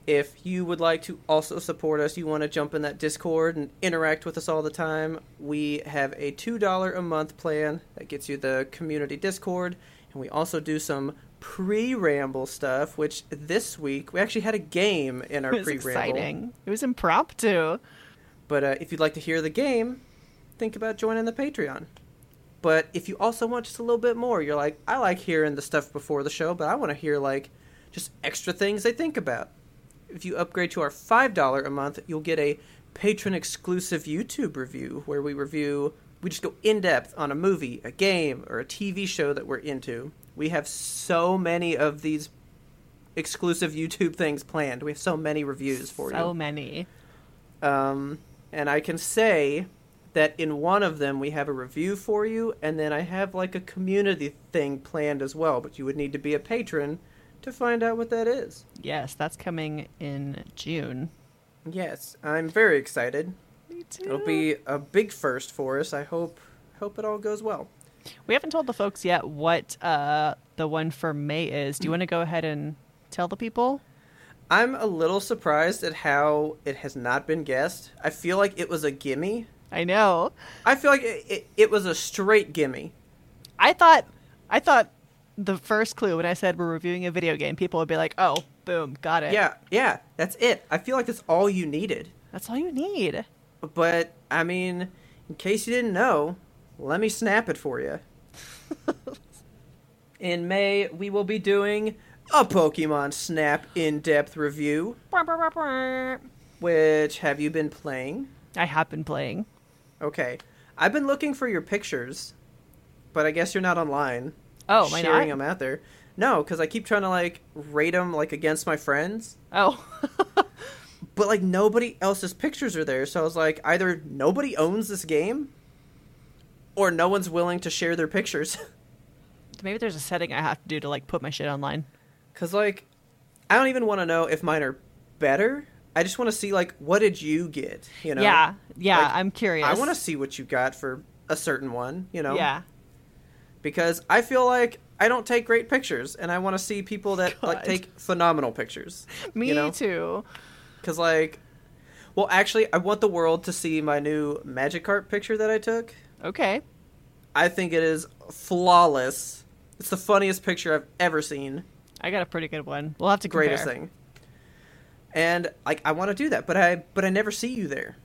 If you would like to also support us, you want to jump in that Discord and interact with us all the time, we have a $2 a month plan that gets you the community Discord. And we also do some pre ramble stuff, which this week we actually had a game in our
It was
pre ramble.
exciting. It was impromptu.
But uh, if you'd like to hear the game, think about joining the Patreon. But if you also want just a little bit more, you're like, I like hearing the stuff before the show, but I want to hear like just extra things they think about. If you upgrade to our $5 a month, you'll get a patron exclusive YouTube review where we review, we just go in depth on a movie, a game, or a TV show that we're into. We have so many of these exclusive YouTube things planned. We have so many reviews for
so many.
you. Um, and I can say that in one of them we have a review for you, and then I have like a community thing planned as well. But you would need to be a patron to find out what that is.
Yes, that's coming in June.
Yes, I'm very excited.
Me too.
It'll be a big first for us. I hope hope it all goes well.
We haven't told the folks yet what uh, the one for May is. Do you want to go ahead and tell the people?
I'm a little surprised at how it has not been guessed. I feel like it was a gimme.
I know.
I feel like it, it, it was a straight gimme.
I thought, I thought the first clue when I said we're reviewing a video game, people would be like, "Oh, boom, got it."
Yeah, yeah, that's it. I feel like that's all you needed.
that's all you need.
But, I mean, in case you didn't know, let me snap it for you. in May, we will be doing a Pokemon Snap in depth review,
I
which have you been playing?
have been playing.
Okay. I've been looking for your pictures, but I guess you're not online.
Oh, my
sharing them out there. No, because I keep trying to like rate them like against my friends,
Oh,
but like nobody else's pictures are there. So I was like, either nobody owns this game, or no one's willing to share their pictures.
maybe there's a setting I have to do to like put my shit online.
Because like, I don't even want to know if mine are better. I just want to see like what did you get? You know?
yeah, yeah.
Like,
I'm curious.
I want to see what you got for a certain one. You know?
Yeah.
because I feel like I don't take great pictures, and I want to see people that like
God.
take phenomenal pictures.
Me
you know?
too.
Because like, well, actually, I want the world to see my new Magikarp picture that I took.
Okay.
I think it is flawless. It's the funniest picture I've ever seen.
I got a pretty good one. We'll have to compare.
Greatest thing. And like, I want to do that, but I but I never see you there.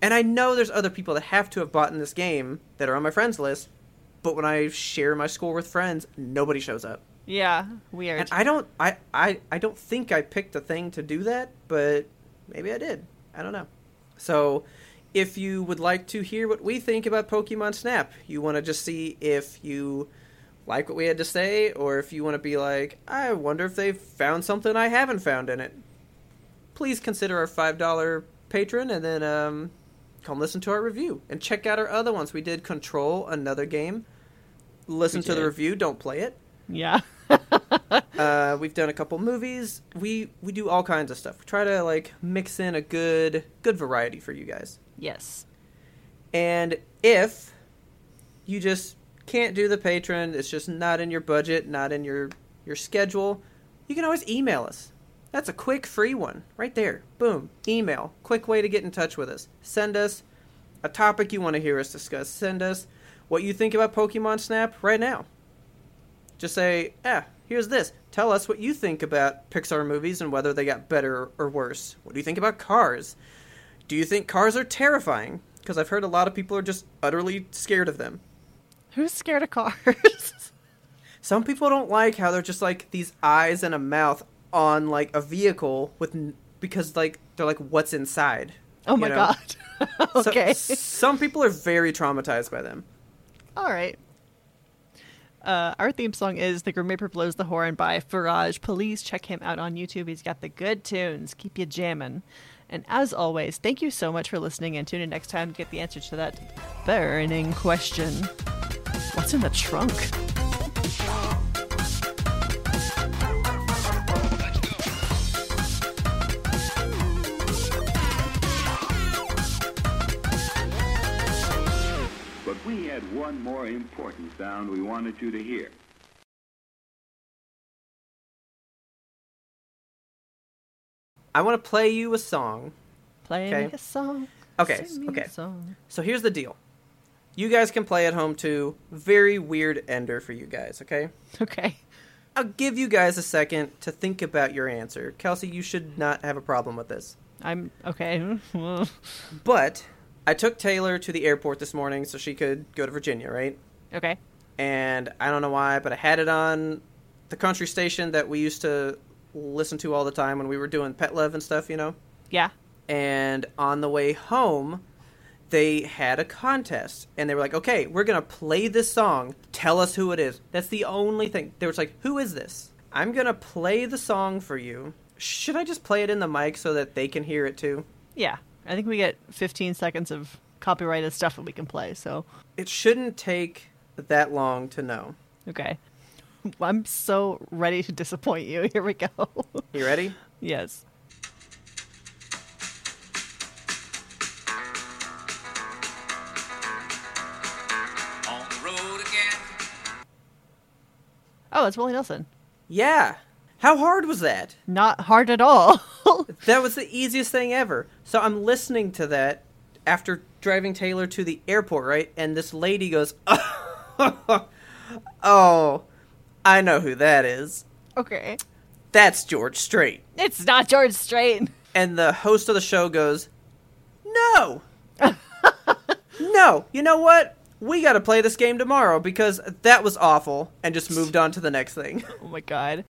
And I know there's other people that have to have bought in this game that are on my friends list, but when I share my score with friends, nobody shows up.
Yeah, weird.
And I don't I, I I don't think I picked a thing to do that, but maybe I did. I don't know. So if you would like to hear what we think about Pokemon Snap, you want to just see if you like what we had to say or if you want to be like, I wonder if they found something I haven't found in it. Please consider our $5 patron and then um come listen to our review and check out our other ones. We did Control, another game. Listen
We
to the
did.
review, don't play it.
yeah.
Uh, we've done a couple movies. We we do all kinds of stuff. We try to like mix in a good good variety for you guys.
yes.
And if you just can't do the patron, it's just not in your budget, not in your your schedule, you can always email us. That's a quick free one right there. Boom, email. Quick way to get in touch with us. Send us a topic you want to hear us discuss. Send us what you think about Pokemon Snap right now. Just say, "Ah, here's this. Tell us what you think about Pixar movies and whether they got better or worse. What do you think about Cars? Do you think cars are terrifying? Because I've heard a lot of people are just utterly scared of them.
Who's scared of cars?
Some people don't like how they're just like these eyes and a mouth on like a vehicle with n- because like they're like what's inside.
oh
you
my
know?
god.
So-
okay.
some people are very traumatized by them.
All right. Uh, our theme song is "The Grim Reaper Blows the Horn" by Faraj. Please check him out on YouTube. He's got the good tunes. Keep you jamming. And as always, thank you so much for listening. And tune in next time to get the answer to that burning question: What's in the trunk?
But we had one more important sound we wanted you to hear.
I want to play you a song.
Play
Okay.
me a song.
Okay,
sing me a
okay.
song.
So here's the deal. You guys can play at home too. Very weird ender for you guys, okay?
Okay.
I'll give you guys a second to think about your answer. Kelsey, you should not have a problem with this.
I'm okay.
But I took Taylor to the airport this morning so she could go to Virginia, right?
okay.
And I don't know why, but I had it on the country station that we used to listen to all the time when we were doing Pet Love and stuff, you know?
Yeah.
And on the way home, they had a contest and they were like, okay, we're going to play this song. Tell us who it is. That's the only thing. They were just like, who is this? I'm going to play the song for you. Should I just play it in the mic so that they can hear it too?
Yeah, I think we get 15 seconds of copyrighted stuff that we can play. So,
It shouldn't take that long to know.
okay. I'm so ready to disappoint you. Here we go.
You ready?
yes.
On the road again.
Oh, it's Willie Nelson.
Yeah. How hard was that?
Not hard at all.
That was the easiest thing ever. So I'm listening to that after driving Taylor to the airport, right? And this lady goes, "Oh, I know who that is.
okay.
That's George Strait."
It's not George Strait.
And the host of the show goes, "No. no. You know what? We got to play this game tomorrow because that was awful." And just moved on to the next thing.
Oh my god.